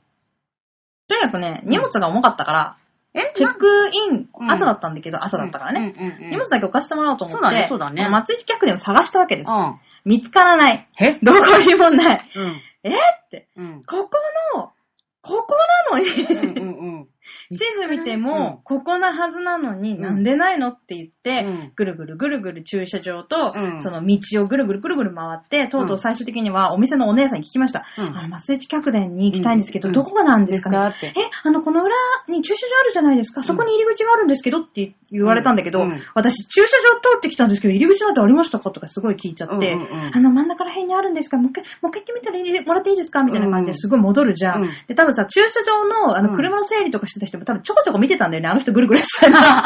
S2: とにかくね、荷物が重かったから、
S3: え
S2: チェックイン、
S3: うん
S2: 朝だったんだけど、朝だったからね。
S3: ね
S2: 荷物だけ置かせてもらおうと思って、
S3: そうだねそうだね
S2: 松井市客でも探したわけです。
S3: うん。
S2: 見つからない。
S3: え
S2: どこにもない。
S3: うん。
S2: えーって。
S3: うん。
S2: ここの、ここなのに、
S3: うんうんうん。
S2: 地図見ても、ここなはずなのに、なんでないのって言って、
S3: うん
S2: ぐるぐるぐるぐる駐車場と、
S3: うん
S2: その道をぐるぐるぐるぐる回って、とうとう最終的にはお店のお姉さんに聞きました。
S3: うん
S2: あの、松井客殿に行きたいんですけど、
S3: うん
S2: どこがなんで
S3: ですす
S2: かね、
S3: かって
S2: え。、あの、この裏に駐車場あるじゃないですか、そこに入り口があるんですけどって言われたんだけど、
S3: うんうん
S2: 私、駐車場通ってきたんですけど、入り口なんてありましたかとかすごい聞いちゃって、
S3: うんうんうん
S2: あの、真ん中ら辺にあるんですかもう一回、もう一回行ってみたらいいもらっていいですかみたいな感じ
S3: うん
S2: ですごい戻るじゃん。
S3: うん
S2: で、多分さ、駐車場の、あ
S3: う
S2: の、
S3: ん
S2: 車の整理とかしてた人も多分ちょこちょこ見てたんだよね。あの人ぐるぐるしてたな。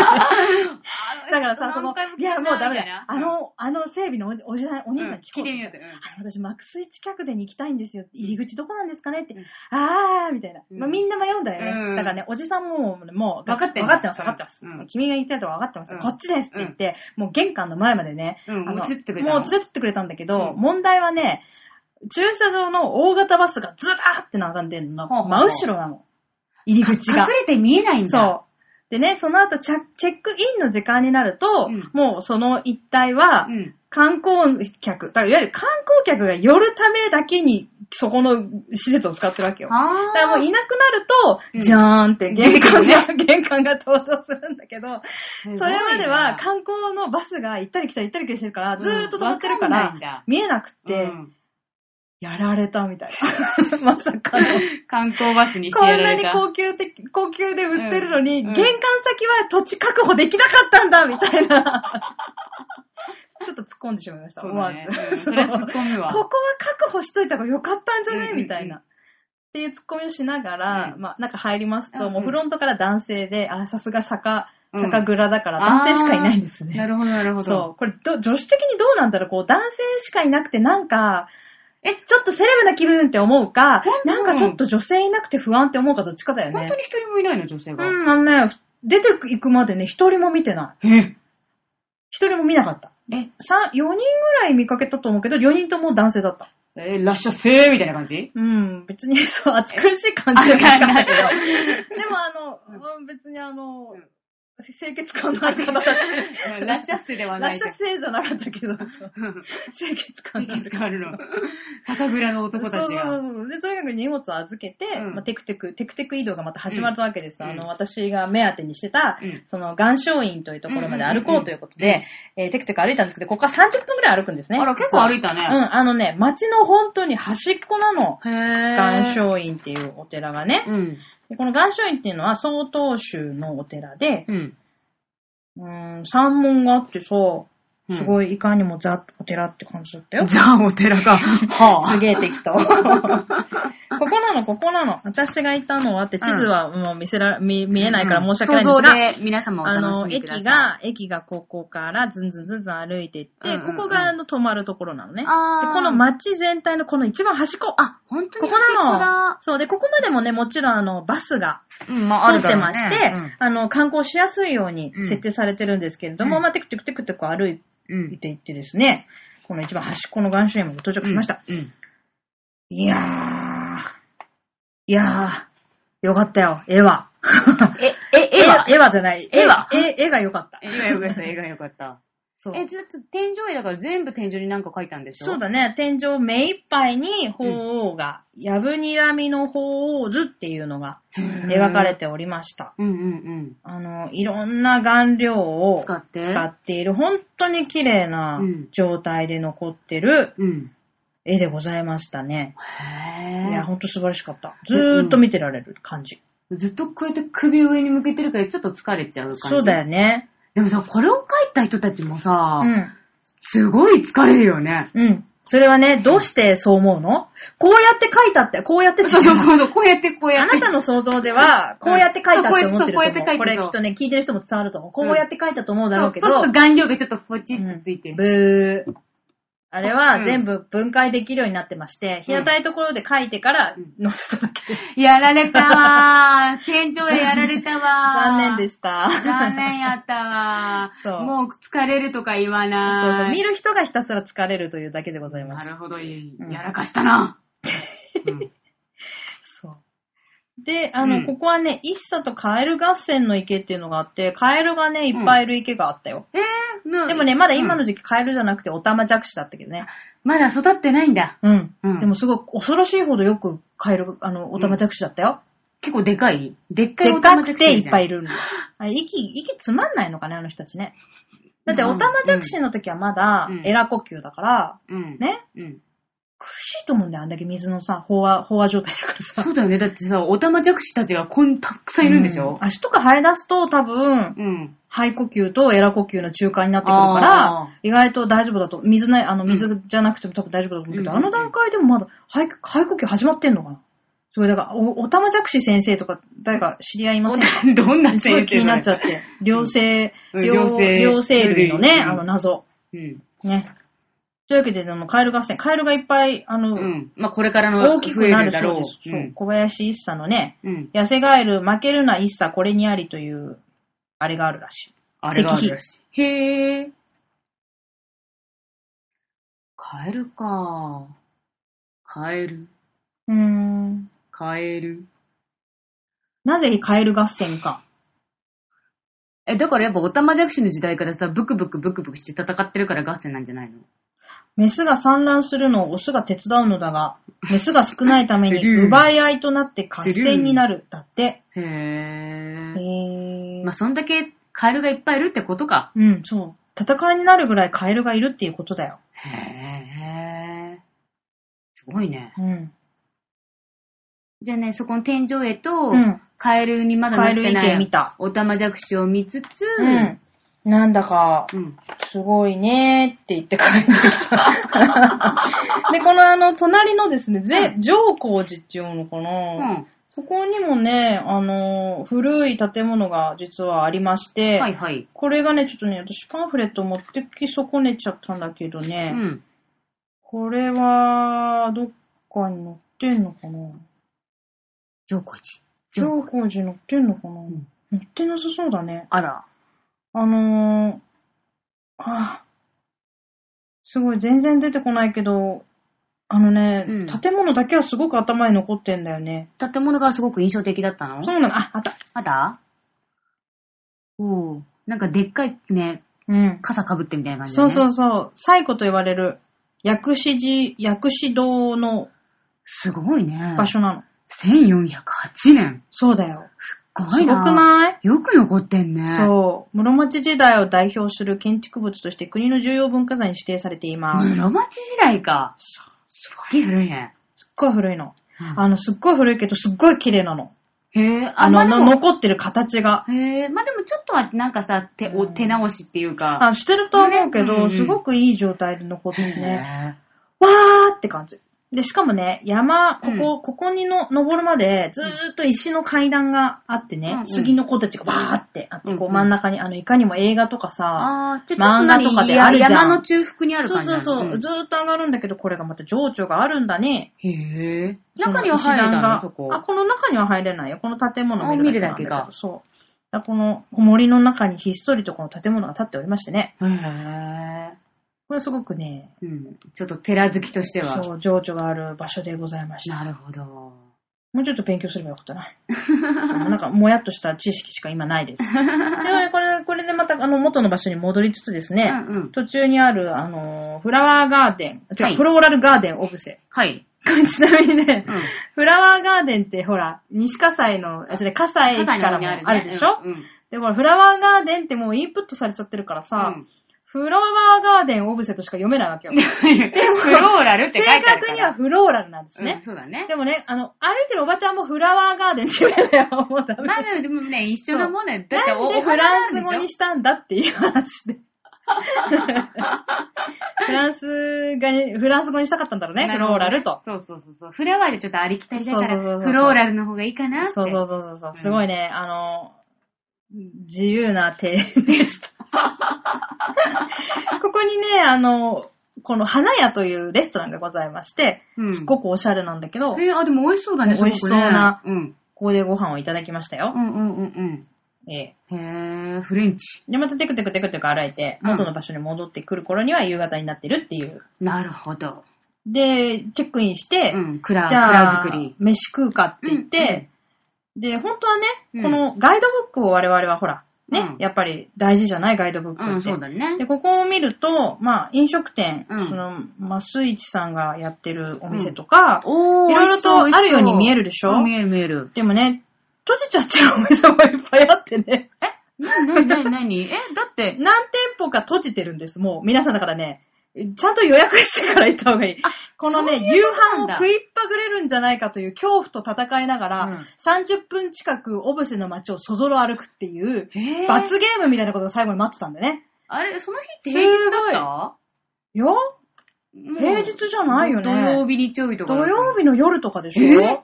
S2: だからさ、その、いや、もうダメだよ。あの、あの整備のおおじさん、お兄さん聞
S3: 聞
S2: こう
S3: いてみようって。
S2: あの私、幕水近くでに行きたいんですよ。入り口どこなんですかねって
S3: うん。
S2: あー、みたいな。
S3: うん
S2: まあ、みんな迷うんだよね。
S3: うん
S2: だからね、おじさんも、もう、
S3: 分かってん
S2: 分
S3: だ
S2: かってます、分かってます。
S3: うん
S2: 君が言いたいとこ分かってます、
S3: うん
S2: こっちですって言って、もう玄関の前までね、
S3: うん
S2: あの
S3: もう連れてってくれた
S2: も
S3: の
S2: う連れてってくれたんだけど、
S3: うん
S2: 問題はね、駐車場の大型バスがずらーって並んでるの。
S3: ほうほうほう
S2: 真後ろなの。入り口が
S3: 隠。れて見えないんだ。
S2: そう。でね、その後チャ、チェックインの時間になると、
S3: うん
S2: もうその一帯は
S3: う、ん。
S2: 観光客、だからいわゆる観光客が寄るためだけに、そこの施設を使ってるわけよ。だ
S3: あ
S2: からもういなくなると、
S3: うん
S2: じゃーんって玄関が、玄関が登場するんだけど、
S3: そ
S2: それまでは観光のバスが行ったり来たり行ったり来たりしてるから、ずーっと止まってるか
S3: うんわかんないん
S2: ら
S3: だ、
S2: 見えなくて、やられたみたいな。 まさかの。
S3: 観光バスにし
S2: こ
S3: てや
S2: ん
S3: ら
S2: な
S3: れ
S2: に
S3: た。
S2: 高級的、高級で売ってるのに、
S3: うんうん
S2: 玄関先は土地確保できなかったんだみたい な。ちょっと突っ込んでしまいました。
S3: そう
S2: 思わ
S3: だ
S2: ず
S3: ね。うんそれは突っ込む
S2: こ
S3: わ。
S2: こは確保しといた方がよかったんじゃない
S3: うんうんうん
S2: みたいな。っていうツッコミをしながら、
S3: う
S2: まあ、なんか入ります
S3: うん
S2: と、
S3: うん
S2: もうフロントから男性で、あ、さすが坂、
S3: うん
S2: 坂蔵だから男性しかいないんですね。
S3: なるほど、なるほど。
S2: そう。これど、女子的にどうなんだろうこう、男性しかいなくて、なんか、え、ちょっとセレブな気分って思うか、
S3: 当
S2: なんかちょっと女性いなくて不安って思うかどっちかだよ
S3: 本当
S2: ね。
S3: に一人もいないの、女性
S2: う
S3: が。
S2: ん、あのね、出ていくまでね、一人も見てない。
S3: え
S2: 一人も見なかった。
S3: え、
S2: 三、四人ぐらい見かけたと思うけど、四人とも男性だった。
S3: え、らっしゃせーみたいな感じ
S2: うん、別に、そう、暑苦しい感じじゃなかったけど。でもあの、うん別にあの
S3: うん、
S2: 清潔感のある方だし、
S3: らっしゃせでは
S2: ラ
S3: な
S2: ッ
S3: い
S2: シ。ュ性じゃなかったけど、清潔感のあ
S3: 気
S2: る
S3: 使われるの。酒蔵の男たち
S2: そう
S3: が。
S2: そうそうで、とにかく荷物を預けて、
S3: うん
S2: まあ、テクテク、テクテク移動がまた始まるわけです。
S3: うん
S2: あの、私が目当てにしてた、
S3: うん
S2: その、岩礁院というところまで歩こうということで、えーテクテク歩いたんですけど、ここから30分くらい歩くんですね。
S3: あら、結構歩いた
S2: う
S3: ね。
S2: ん、あのね、街の本当に端っこなの。
S3: へぇ
S2: 岩礁院っていうお寺がね。
S3: うん。
S2: でこの岩礁院っていうのは、曹洞宗のお寺で、
S3: うん。
S2: うーん、山門があってさ、す
S3: い。
S2: ごいいかにもザ・お寺って感じだったよ。
S3: ザ・お寺が。は
S2: す
S3: ぁ。
S2: げえ適当。こ こなの、ここなの。私がいたのはって、地図はもう見せら、 見見えないから申し訳ないんですが、
S3: で皆様お
S2: あ
S3: 楽し
S2: の、
S3: みください。
S2: 駅、が、駅がここからずんずんずんずん歩いてって、
S3: うんうんうん
S2: ここがあの止まるところなのね。で
S3: あー
S2: この街全体のこの一番端っこ、あ、
S3: 本当
S2: こ
S3: に
S2: こなの。そうで、ここまでもね、もちろんあの、バスが
S3: こうん、まあ、あ
S2: 通
S3: る
S2: ってまして、あの、観光しやすいように
S3: うん
S2: 設定されてるんですけれども、
S3: うん
S2: まあ、テクテクテクテク歩い
S3: うん。
S2: ていってですね、この一番端っこの岩礁にも到着しました。。
S3: うん。
S2: いやー。いやー。よかったよ、絵は。
S3: え、え、えは、
S2: 絵はじゃない。
S3: 絵は
S2: 絵、絵がよかった。
S3: 絵がよかった、絵がよかった。
S2: そう
S3: え、ちょっと天井絵だから全部天井になんか書いたんでしょ
S2: そうだね。天井目いっぱいに鳳凰が、やぶにらみの鳳凰図っていうのが描かれておりました。
S3: うんうん
S2: あの、いろんな顔料
S3: うん。
S2: を
S3: 使って。
S2: 使っている、本当に綺麗な
S3: うん
S2: 状態で残ってる
S3: うん。
S2: 絵でございましたね。い
S3: へ
S2: や、本当素晴らしかった。ずーっと見てられる感じ。
S3: ぇずっとこうやって首上に向けてるからちょっと疲れちゃう感じ。
S2: そうだよね。
S3: でもさ、これを書いた人たちもさ、
S2: うん。
S3: すごい疲れるよね。
S2: うん。それはね、どうしてそう思うのこうやって書いたって、こうやって
S3: そうそうそう、こうやってこうや
S2: あ
S3: って。
S2: なたの想像では、こうやって書いたって思ってると思う。
S3: そうこうやってそうこうやって書いてる
S2: これきっとね、聞いてる人も伝わると思う。こうやって書いたと思うだろうけど、
S3: そうすると顔料がちょっとポチ
S2: う
S3: ッ
S2: ん
S3: とついてる。
S2: ブー。あれ
S3: う
S2: は
S3: ん
S2: 全部分解できるようになってまして、平たいところで書いてから載せただけで。
S3: やられたわー。天井絵やられたわー。
S2: 残念で
S3: し
S2: した。
S3: 残念やったわー。
S2: そう
S3: もう疲れるとか言わ
S2: そうそう
S3: ない。
S2: 見る人がひたすら疲れるというだけでございま
S3: な
S2: す。
S3: るほど、
S2: うん
S3: やらかしたな。うん
S2: そう。で、あ
S3: う
S2: の、
S3: ん
S2: ここはね、一茶とカエル合戦の池っていうのがあって、カエルがね、いっぱいいる池があったよ。
S3: えーな
S2: でもね、まだ今の時期カエルじゃなくてオタマジャクシだったけどね。
S3: まだ育ってないんだ。
S2: うん。
S3: うん
S2: でもすごい恐ろしいほどよくカエル、あの、オタマジャクシだったよ。
S3: 結構でかいでっかい
S2: で
S3: オ
S2: っ
S3: タ
S2: か
S3: マジ
S2: く
S3: ャクシ
S2: てい
S3: み
S2: ったぱ
S3: ない
S2: いるんだ。あ息、息つまんないのかね、あの人たちね。だって
S3: うん
S2: オタマジャクシの時はまだ
S3: うん
S2: エラ呼吸だから、
S3: うん。
S2: ね、
S3: うん。
S2: 苦しいと思うんだよ、あんだけ水のさ、飽和、飽和状態だからさ。
S3: そうだよね。だってさ、オタマジャクシたちがこんたくさ んいるんでしょ
S2: う足とか生え出すと多分、
S3: うん。
S2: 肺呼吸とエラ呼吸の中間になってくるから
S3: あ、
S2: 意外と大丈夫だと。水ない、あの、水じゃなくても多分大丈夫だと思うけど、
S3: うん
S2: あの段階でもまだ肺、肺呼吸始まってんのかなそう、だから、お、おたまじゃくし先生とか、誰か知り合いませんか
S3: どんな
S2: すごい
S3: 先生
S2: 気になっちゃ
S3: う。
S2: って。両生、
S3: うん両
S2: 両
S3: 生
S2: 両生類の
S3: 類
S2: ね、
S3: うん
S2: あの、謎。
S3: うん。
S2: ね。というわけで、あの、カエル合戦、カエルがいっぱい、あの、
S3: うん。まあ、これからの
S2: 大き
S3: 増
S2: く
S3: え
S2: な
S3: る
S2: る
S3: だ
S2: そう
S3: ろ
S2: です。
S3: う。。
S2: そううん小林一茶のね、
S3: うん。
S2: 痩せガエル、負けるな一茶、これにありという、あれがあるらしい。
S3: あれがあるらしい。へえ。カエルか。カエル、
S2: うーん。
S3: カエル。
S2: なぜカエル合戦か。
S3: え、だからやっぱオタマジャクシの時代からさ、ブクブクブクブクして戦ってるから合戦なんじゃないの
S2: メスが産卵するのをオスが手伝うのだが、メスが少ないため
S3: ス
S2: に
S3: ルー
S2: 奪い合いとなって合戦になる。だって。
S3: へ
S2: へ
S3: え。
S2: ー
S3: まあ、そんだけカエルがいっぱいいるってことか。
S2: うん、そう。戦いになるぐらいカエルがいるっていうことだよ。
S3: へえ。すごいね。
S2: うん。
S3: じゃあね、そこの天井絵と、
S2: うん
S3: カエルにまだなっ
S2: カエ
S3: て
S2: ル意
S3: な
S2: 見
S3: い
S2: 見た
S3: オタマジャクシを見つつ、
S2: うん。なんだか、
S3: うん。
S2: すごいねーって言って帰って きた。で、このあの、隣のですね、ぜ、上皇寺っていうのか
S3: う
S2: な、
S3: ん。
S2: そこにもね、あの、古い建物が実はありまして、
S3: はいはい。
S2: これがね、ちょっとね、私パンフレット持ってき損ねちゃったんだけど
S3: う
S2: ね、
S3: ん。
S2: これは、どっかに載ってんのかな
S3: 上皇寺。
S2: 上皇寺載ってんのかな、
S3: ん
S2: 載ってなさそうだね。
S3: あら。
S2: あのー、あーすごい、全然出てこないけど、あのね、
S3: うん
S2: 建物だけはすごく頭に残ってんだよね。
S3: 建物がすごく印象的だったの
S2: そうなの、あ、あった。
S3: まだおうなんかでっかいね、
S2: うん。
S3: 傘かぶってみたいな感じだ
S2: そ
S3: ね。。
S2: うそううそう、最古と言われる、薬師寺、薬師堂の
S3: すごいね。
S2: 場。所なの。
S3: 1408年。
S2: そうだよ。
S3: すご
S2: す
S3: い
S2: ご
S3: な。
S2: くない
S3: よく残ってんね。
S2: そう。室町時代を代表する建築物として国の重要文化財に指定されています。
S3: 室町時代か。すごい古いね。
S2: すっごい古いの。
S3: うん
S2: あの、すっごい古いけど、すっごい綺麗なの。
S3: へえ、
S2: あ
S3: ま
S2: の、
S3: で
S2: の
S3: も
S2: 残ってる形が。
S3: へえ、まあでもちょっとはなんかさ、手お
S2: うん
S3: 手直しっていうか。
S2: あ、してるとは思うけ
S3: うんうん
S2: ど、すごくいい状態で残っててね。
S3: ね。
S2: わーって感じ。で、しかもね、山、ここ、ここにの登るまで、ずーっと石の階段があってね、
S3: うんうん
S2: 杉の子たちがバーってあって、
S3: うん
S2: こ
S3: う
S2: うん真ん中に、あの、いかにも映画とかさ、
S3: ああ、ちょっと
S2: 漫画とかであるじゃん
S3: 山の中腹にある
S2: そう
S3: 感じ
S2: そうそう、
S3: う
S2: ずーっと上がるんだけど、これがまた情緒があるんだね。
S3: へえ。中には入れ
S2: その
S3: た
S2: 石段が
S3: のそこ。
S2: あ、この中には入れないよ。この建物を見るだけなん
S3: あ見るだけ
S2: だけ
S3: か
S2: ど。そう。だからこの森の中にひっそりとこの建物が建っておりましてね。
S3: へえ。
S2: これすごくね、
S3: うん。ちょっと寺好きとしては。
S2: そう、情緒がある場所でございました。
S3: なるほど。
S2: もうちょっと勉強すればよかった な。なんか、もやっとした知識しか今ないです。で、これ、これでまた、あの、元の場所に戻りつつですね、
S3: うんうん。
S2: 途中にある、あのー、フラワーガーデン、違う、
S3: はい
S2: フローラルガーデンオ ブセ。
S3: はい。
S2: ちなみにね、
S3: うん
S2: フラワーガーデンってほら、西葛西の、あ、違う、葛西駅からもあるでしょ、
S3: うんうん
S2: で、ほら、フラワーガーデンってもうインプットされちゃってるからさ、
S3: うん
S2: フラワーガーデンオブセとしか読めないわけ よ。
S3: フローラルって
S2: 正
S3: 書いてあるから。
S2: 確にはフローラルなんです
S3: う
S2: ね
S3: ん。そうだね。
S2: でもね、あの、歩いてるおばちゃんもフラワーガーデンって言うのよ、もうダメ。
S3: まあでもね、一緒のもんね。だって
S2: なん
S3: お
S2: で
S3: お
S2: フ
S3: 花
S2: ラン
S3: なんで
S2: ス
S3: しょ
S2: 語にしたんだっていう 話で。フランスがに、フランス語にしたかったんだろうね、
S3: な
S2: フ
S3: るほ
S2: ロ
S3: ど
S2: ーラルと。
S3: そうそうそうそう。フラワーでちょっとありきたりだから、
S2: そうそうそうそう
S3: フローラルの方がいいかなって。。
S2: そうそううそうそうそう、
S3: ん
S2: すごいね、あの、自由な庭園 でした。ここにね、あの、この花屋というレストランがございまして、
S3: うん
S2: すっごくおしゃれなんだけど、こ
S3: えーあ、でも美味しそうだね、
S2: 美味しそう
S3: すごくね
S2: な
S3: うん。
S2: こでご飯をいただきましたよ
S3: う。んうんうん
S2: ええ
S3: うん。へー、フレンチ。
S2: で、またテクテクテクテク歩いて、
S3: うん
S2: 元の場所に戻ってくる頃には夕方になってるっていう。
S3: なるほど。
S2: で、チェックインして、
S3: うん、蔵、
S2: じゃ
S3: 蔵
S2: あ
S3: 作り。、
S2: 飯食うかって言って、で、本当はね、
S3: うん
S2: このガイドブックを我々はほら、ね、
S3: うん
S2: やっぱり大事じゃないガイドブックって。
S3: うん、そうだね。
S2: で、ここを見ると、まあ、飲食店、
S3: うん
S2: その、まあ、スイチさんがやってるお店とか、
S3: お
S2: いろいろとあるように見え
S3: る
S2: るでしょ、
S3: 見える見える。
S2: でもね、閉じちゃってるお店もいっぱいあってね。
S3: なになになにな にえ、だって、
S2: 何店舗か閉じてるんです。もう皆さんだからね、ちゃんと予約してから行った方がいい。このね、
S3: そうい
S2: 夕
S3: うこと
S2: 飯
S3: なん
S2: を
S3: だ
S2: 食いっぱぐれるんじゃないかという恐怖と戦いながら、
S3: うん
S2: 30分近くオブセの街をそぞろ歩くっていう、
S3: えー
S2: 罰ゲームみたいなことが最後に待ってたんだよね。
S3: あれ、その日って平日だ
S2: いや
S3: った
S2: 平日じゃないよね
S3: 土曜日、日曜日と
S2: 土
S3: かだった。
S2: 曜日の夜とかでしょ、
S3: え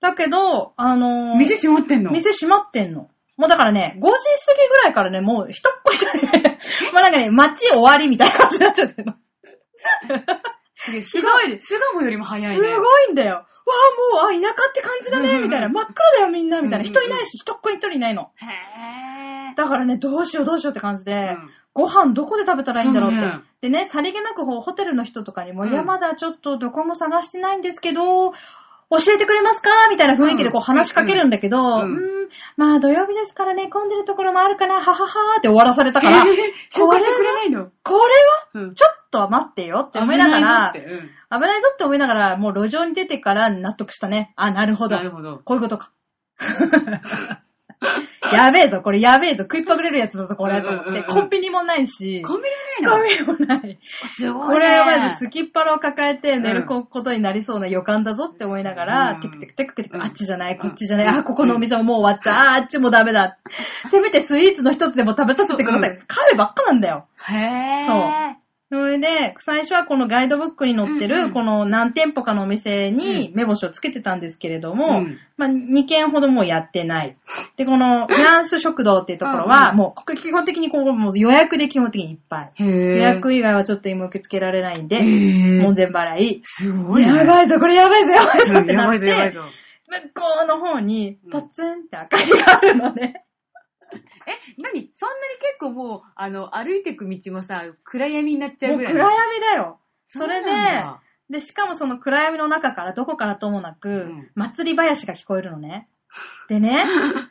S2: だけど、あのー
S3: 店閉まってんの
S2: 店閉まってんの。もうだからね、5時過ぎぐらいからね、もう人っ子いじゃね。 もうなんかね、街終わりみたいな感じになっちゃってるの。
S3: すごい。
S2: ひどい
S3: 巣鴨よりも早い
S2: す
S3: ね。
S2: ごいんだよ。わあ、もう、あ、田舎って感じだ
S3: うんう
S2: ね、
S3: んうん
S2: みたいな。真っ暗だよ、みんな、みたいな。
S3: うんうんうん
S2: 人いないし、人っ子一人いないの。
S3: へぇ
S2: だからね、どうしようどうしようって感じで、
S3: ん
S2: ご飯どこで食べたらいいんだろうって。
S3: そうね
S2: でね、さりげなくほホテルの人とかにも、
S3: うん
S2: いや、まだちょっとどこも探してないんですけど、教えてくれますかみたいな雰囲気でこう
S3: うん
S2: 話しかけるんだけど、う
S3: うん
S2: ん、まあ土曜日ですからね、混んでるところもあるかな、はははーって終わらされた から、
S3: え
S2: こ
S3: ー
S2: れ
S3: 紹介してくれないの
S2: は
S3: うん。
S2: ちょっと待ってよって思いながら、
S3: 危
S2: 危
S3: いなって
S2: ないぞって思いながら、もう路上に出てから納得したね。あ、なる
S3: う
S2: ほ
S3: ん
S2: ど
S3: な。るほ ど。
S2: こういうことか。やべえぞ、これやべえぞ、食いっぱぐれるやつだぞ、これ、と思
S3: う
S2: っ
S3: んうんう
S2: て。
S3: ん
S2: コンビニもないし、
S3: コンビニ
S2: コ
S3: ないの
S2: ンビニもない。
S3: すごいね。
S2: これはまずすきっ腹を抱えて寝る
S3: う
S2: ことになりそうな予感だぞって思いなが
S3: う
S2: ら
S3: ん、
S2: テクテクテクテ
S3: う
S2: ク、
S3: ん
S2: あっちじゃない、
S3: ん
S2: こっちじゃない、
S3: うん
S2: あ、ここのお店ももう終わっちゃう、あ、あっちもダメだ。せめてスイーツの一つでも食べさせてください。
S3: そ
S2: カフェばっかなんだよ。
S3: へぇ
S2: それで、最初はこのガイドブックに載って
S3: うんう
S2: る、
S3: ん
S2: この何店舗かのお店に目星をつけてたんですけれど
S3: う
S2: も、
S3: ん
S2: まあ、2軒ほどもうやってない。で、このフランス食堂っていうところ
S3: うん
S2: は、
S3: うん
S2: もうここ基本的にここもう予約で基本的にいっぱい。
S3: へぇ
S2: 予約以外はちょっと今受け付けられないんで、
S3: へ
S2: 門
S3: ぇ
S2: 前払い。
S3: すごいね。
S2: やばいぞ、これやばいぞ、やばいぞって
S3: や
S2: な
S3: ば
S2: っ
S3: いぞ、やばい
S2: て、
S3: ぞ。
S2: 向こうの方に
S3: うん
S2: ポツンって明かりがあるのね。
S3: え、なにそんなに結構もう、あの、歩いてく道もさ、暗闇になっちゃ
S2: も
S3: う
S2: う
S3: ぐら
S2: 暗
S3: い。
S2: 闇だよ。それ
S3: う
S2: で、
S3: なんだ
S2: で、しかもその暗闇の中からどこからともなく、
S3: うん
S2: 祭り林が聞こえるの ね。でね、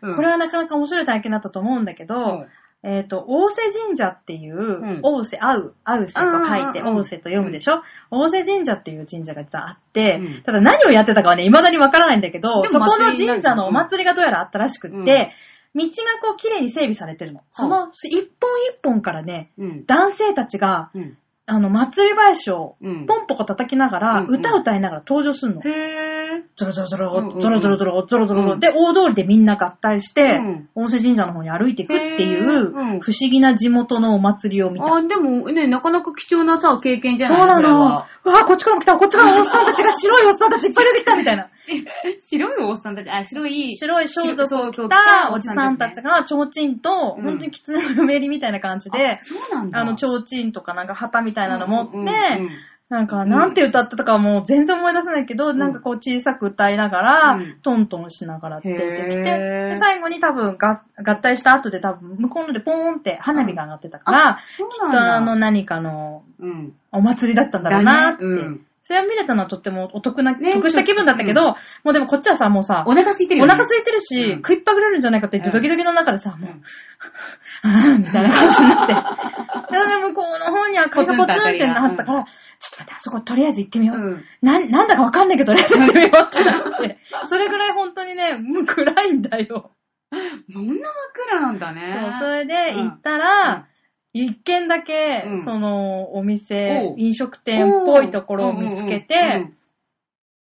S3: うん
S2: これはなかなか面白い体験だったと思うんだけど、えっ、と、大瀬神社っていう、
S3: ん
S2: 大瀬、会う、会う瀬と書
S3: うんう
S2: いて、
S3: んうんうん
S2: 大瀬と読むでしょ、大瀬神社っていう神社が実はあって、
S3: うん
S2: ただ何をやってたかはね、未だにわからないんだけど、
S3: で
S2: そ
S3: も
S2: この
S3: 祭りなん
S2: 神
S3: だ
S2: 社のお祭りがどうやらあったらしくって、
S3: うん
S2: 道がこう綺麗に整備されてるの。その一本一本からね、
S3: うん。
S2: 男性たちが、
S3: うん。
S2: あの、祭り林を
S3: うん。
S2: ポンポコ叩きながら、
S3: うんうん
S2: 歌歌いながら登場するの。
S3: へぇ
S2: ゾロゾロゾ
S3: うんうん
S2: ロ、
S3: うん
S2: ゾロゾロゾロ、ゾロゾロゾロ。
S3: うん
S2: で、大通りでみんな合体して、
S3: うん
S2: 温泉神社の方に歩いていくってい
S3: へーう
S2: う、
S3: ん
S2: 不思議な地元のお祭りを見た。
S3: あ、でもね、なかなか貴重なさ、経験じゃ
S2: そ
S3: な
S2: う
S3: い
S2: な
S3: これ
S2: の。わ
S3: は
S2: あ、こっちからも来た。こっちからもおっさんたちが白いおっさんたちいっぱい出てきたみたいな。
S3: 白いおっさんたち、あ、白い、
S2: 白い装束を着
S3: 白
S2: たおじさんたち
S3: が。
S2: が、ちょうちんと、
S3: うん
S2: 本当に狐のめりみたいな感じで、
S3: そうなんだ。
S2: あの、ちょうちんとかなんか旗みたいなの持って、
S3: うんうんうん
S2: なんか、なんて歌ってたかはもう全然思い出せないけど、
S3: ん
S2: なんかこう小さく歌いながら、
S3: うん
S2: トントンしながら出てきて、
S3: へー
S2: で最後に多分が合体した後で多分向こうのでポーンって花火が上がってたから、
S3: そう
S2: きっとあ
S3: なんだ。
S2: の何かの
S3: うん。
S2: お祭りだったんだろうなって。
S3: だねうん
S2: それは見れたのはとってもお得な、
S3: ね
S2: 得した気分だったけど、
S3: うん
S2: もうでもこっちはさ、もうさ、
S3: お腹空いてるよ
S2: お
S3: ね。
S2: 腹空いてるし、
S3: うん
S2: 食いっぱぐれるんじゃないかって言って、
S3: うん
S2: ドキドキの中でさ、もう
S3: うん、
S2: あーみたいな感じに なって。だから向こうの方に明かりがポツンってなったから、ちょっと待って、あそこ、とりあえず行ってみよう。
S3: うん。
S2: なん、なんだかわかんないけど、とりあえず行ってみようってなって。それぐらい本当にね、もう暗いんだよ。
S3: そんな真っ暗なんだ
S2: そう、
S3: ね。
S2: それで
S3: うん
S2: 行ったら、一軒だけ、
S3: うん
S2: その、お店
S3: お、う
S2: 飲食店っぽいところを見つけて、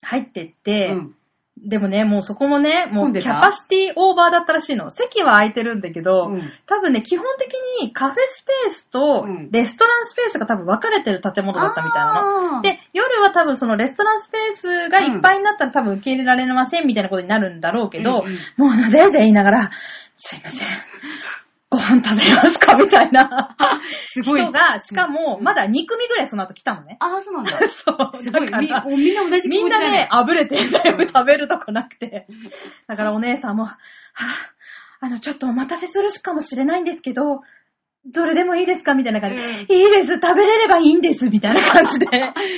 S2: 入ってって、
S3: うん、うん
S2: でもね、もうそこもね、も
S3: 混
S2: うんキ
S3: でた
S2: ャパシティオーバーだったらしいの。席は空いてるんだけど、
S3: うん
S2: 多分ね、基本的にカフェスペースと
S3: うん
S2: レストランスペースが多分分かれてる建物だったみたいなの。
S3: あー
S2: で、夜は多分そのレストランスペースがいっぱいになったら多分受け入れられませんみたいなことになるんだろうけ
S3: う
S2: ど、
S3: んうん
S2: もうなぜぜ言いながら、すいません、ご飯食べれますかみたいな
S3: すごい。
S2: 人が、しかもまだ2組ぐらいその後来たのね。
S3: ああ、そうなんだ。
S2: そう、
S3: す
S2: だ
S3: ごい。
S2: か
S3: み
S2: ら
S3: おみんな同じ気
S2: み
S3: 持
S2: ん
S3: ち
S2: な
S3: だね
S2: ね。、あぶれてんだよ、食べるとこなくて。だからお姉さんも、はぁあの、ちょっとお待たせするかもしれないんですけど、どれでもいいですかみたいな感じで、いいです、食べれればいいんです、みたいな感 じで、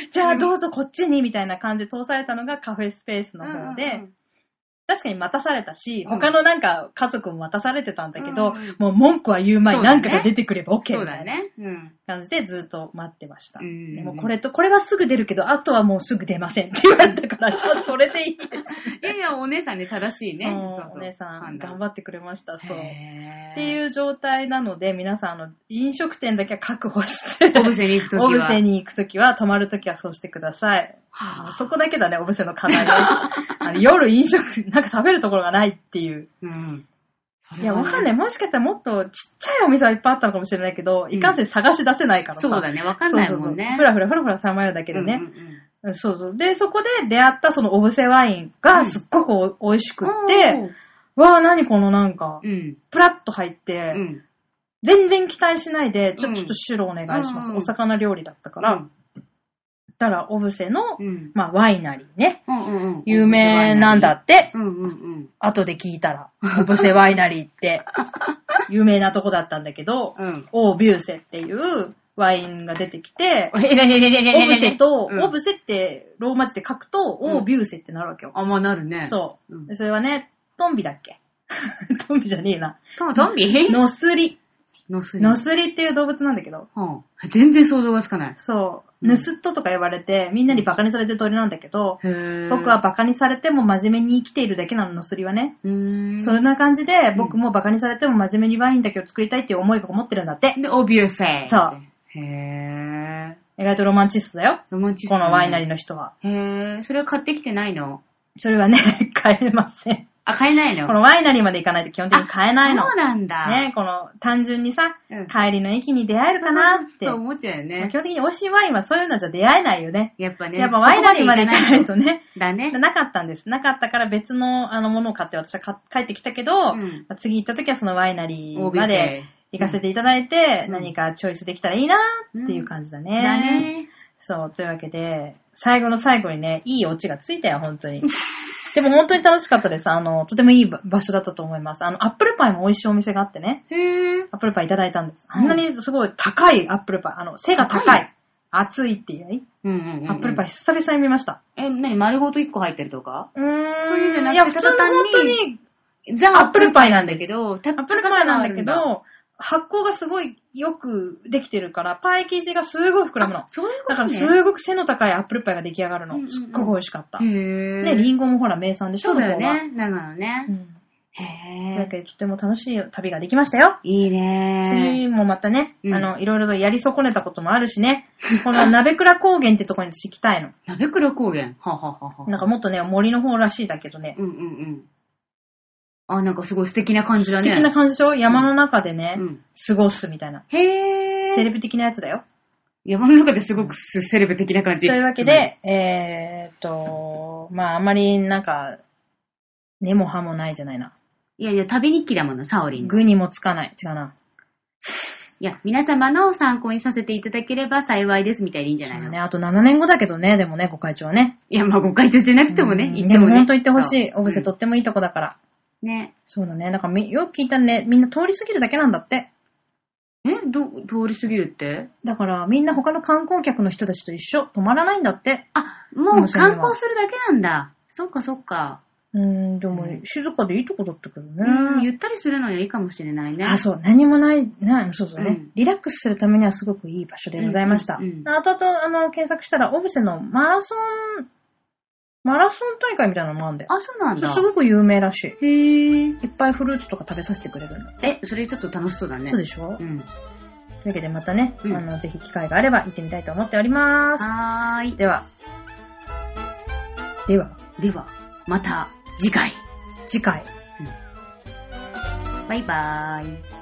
S2: じゃあどうぞこっちに、みたいな感じで通されたのがカフェスペースの方で、確かに待たされたし、
S3: うん
S2: 他のなんか家族も待たされてたんだけど、
S3: うんうん
S2: もう文句は言う前に
S3: そうだ
S2: 何
S3: ね
S2: かが出てくれば OK
S3: そ
S2: み
S3: う
S2: た
S3: だ
S2: いな
S3: ね。うん。
S2: 感じでずっと待ってました。
S3: うん
S2: でもこれと、これはすぐ出るけど、あとはもうすぐ出ませんって言われた から、じゃあそれでいいです。
S3: いやいや、お姉さんね、正しいね。
S2: そうお姉さん、頑張
S3: っ
S2: ってくれました、そう。
S3: っ
S2: っ
S3: う。
S2: ていう状態なので、皆さん、あの、飲食店だけは確保して、
S3: お伏せに行くときは。
S2: お伏せに行くときは、泊まるときはそうしてください。
S3: はあ
S2: そこだけだね、お伏せの課題 はあの夜飲食、なんか食べるところがないっていう。
S3: うん。
S2: いや、わかん
S3: い。
S2: ない。もしかしたらもっとちっちゃいお店はいっぱいあったのかもしれないけど、いかんせん探し出せないからさ。
S3: そうだね、わかんないもんね
S2: ふ。らふらふらふらさまようだけ
S3: け
S2: でね。
S3: うん
S2: うんそうそう。で、そこで出会ったそのオブセワインがすっごくお美味しくって、わあ、何このなんか
S3: う、ん。
S2: プラッと入っ
S3: う
S2: て、
S3: ん。
S2: 全然期待しないで、ち
S3: う
S2: ょ、
S3: ん
S2: ちょっと白お願いします。
S3: うん
S2: お魚料理だったから。たら、オブセの、
S3: うん。
S2: まあ、ワイナリーね。
S3: うんうんうん。
S2: 有名なんだ。って、
S3: うんうんうん。
S2: 後で聞いたら。オブセワイナリー って、有名なとこだったんだけど、
S3: うん。
S2: オービューセっていうワインが出てきて、
S3: え、ねねねねね
S2: オブセと、
S3: うん
S2: オブセってローマ字で書くと、
S3: うん
S2: オービューセってなるわけよ。
S3: あ、まあなるね。
S2: そうう。
S3: ん
S2: でそれはね、トンビだっけ トンビじゃねえな。
S3: う。ゾンビ
S2: ノスリ。
S3: のすり。
S2: ノスリっていう動物なんだけど。
S3: うん全然想像がつかない。
S2: そう。
S3: うん
S2: ヌスットとか言われて、みんなにバカにされてる鳥なんだけど、
S3: へー
S2: 僕は、バカにされても真面目に生きているだけなの、ノスリはね。
S3: うーん。
S2: そんな感じで、僕もバカにされても真面目にワインだけを作りたいっていう思いが持ってるんだって。
S3: で、オビューセ
S2: そう。
S3: へー。
S2: 意外とロマンチストだよ。
S3: ロマンチスト
S2: こ
S3: ね
S2: のワイナリーの人は。
S3: へー。それは買ってきてないの
S2: それはね、 買えません。
S3: あ、買えないの
S2: このワイナリーまで行かないと基本的に買えないの
S3: そう。なんだ。
S2: ね、この単純にさ、
S3: うん
S2: 帰りの駅に出会えるかなって。
S3: そう思っちゃうよ
S2: まあ
S3: ね
S2: 基。本的に美味しいワインはそういうのじゃ出会えないよね。
S3: やっぱね。
S2: やっぱワイナリーまで行かないと
S3: ね。
S2: ね。
S3: だね。
S2: なかったんです。なかったから別のあのものを買って私は買帰ってきたけど、
S3: うん
S2: まあ次行った時はそのワイナリ
S3: オ
S2: ー
S3: ビュ
S2: ま
S3: ー
S2: で
S3: セ
S2: 行かせていただいて、
S3: うん
S2: 何かチョイスできたらいいなっていう感じだね。
S3: だね。
S2: そう、というわけで、最後の最後にね、いいオチがついたよ、本当に。 でも本当に楽しかったです。あの、とてもいい場場所だったと思います。あの、アップルパイも美味しいお店があってね。
S3: へー。
S2: アップルパイいただいたんです。あんなにすごい高いアップルパイ。あの、背が高い。
S3: 高い
S2: 厚いっていうね。
S3: うんうんうん。
S2: アップルパイ。久々に見ました。
S3: え、なに丸ごと1個入ってるとか
S2: うーん。
S3: そういうんじゃなくて
S2: いや、普通に
S3: ただ単に
S2: 本当に
S3: ザ
S2: アップルパイなんだけ
S3: ど、ア
S2: アップルパイなんだけ、ど、発酵がすごいよくできてるから、パイ生地がすごい膨らむの。
S3: そういうこと
S2: だから
S3: ね。
S2: すごく背の高いアップルパイが出来上がる
S3: うんうんう
S2: の。
S3: ん
S2: すっごく美味しかった。
S3: へー。
S2: ね、リンゴもほら名産でしょ、
S3: そうだよ
S2: 向こ
S3: ね。長野
S2: うはう
S3: ね。
S2: ん。という
S3: へ
S2: わ
S3: ー。
S2: けで、とても楽しい旅ができましたよ。
S3: いいね
S2: 次もまたね、
S3: うん
S2: あの、いろいろとやり損ねたこともある しね、この鍋倉高原ってとこに私行きたいの。
S3: ー。鍋倉高原。はははは。
S2: なんかもっとね、森の方らしいだけどね、
S3: うんうんうん。あ、なんかすごい素敵な感じだ
S2: 素
S3: ね。
S2: 敵な感じでしょ山の中でね、
S3: うん。
S2: 過ごすみたいな。
S3: へ
S2: セレ
S3: ー。
S2: ブ的なやつだよ。
S3: 山の中ですごくすセレブ的な感
S2: と
S3: じ。
S2: いうわけで、えーっと、まああまりなんか、根も葉もないじゃないな。
S3: うん、いやいや、旅日記だもの、サオリンの。
S2: 具にもつかない。違うな。
S3: いや、皆様の参考にさせていただければ幸いですみたいでいいんじゃないの、
S2: ね、あと7年後だけどね、でもね、ご会長はね。
S3: いや、まあ、ご会長じゃなくてもね、
S2: うん
S3: 行ってもね。
S2: でも本当行ってほしい。
S3: そう
S2: オブセとってもいいとこだから。
S3: うんね。
S2: そうだね。だからみよく聞いたらね、みんな通り過ぎるだけなんだって。
S3: え、ど、通り過ぎるって
S2: だからみんな他の観光客の人たちと一緒、泊まらないんだって。
S3: あ、も
S2: も
S3: う
S2: うそれは
S3: 観光するだけなんだ。そっかそっか。
S2: うーん、でも
S3: うん
S2: 静かでいいとこだったけどね。
S3: うん、ゆったりするのはいいかもしれないね。
S2: あ、そう、何もない、ない、そうそうね、
S3: うん
S2: リラックスするためにはすごくいい場所でございました。
S3: うんうんうん
S2: あとあと、あの、検索したら、オブセのマラソン、マラソン大会みたいなのもあるんだよ。
S3: あ、そうなん
S2: そ
S3: だ。
S2: うすごく有名らしい。
S3: へー。
S2: いっぱいフルーツとか食べさせてくれるの。
S3: え、それちょっと楽しそうだね。
S2: そうでしょ、
S3: うん。
S2: というわけでまたね、
S3: うん
S2: あの、ぜひ機会があれば行ってみたいと思っております。
S3: はーい。
S2: では、では、
S3: では、また次回。
S2: 次回。
S3: バイバーイ。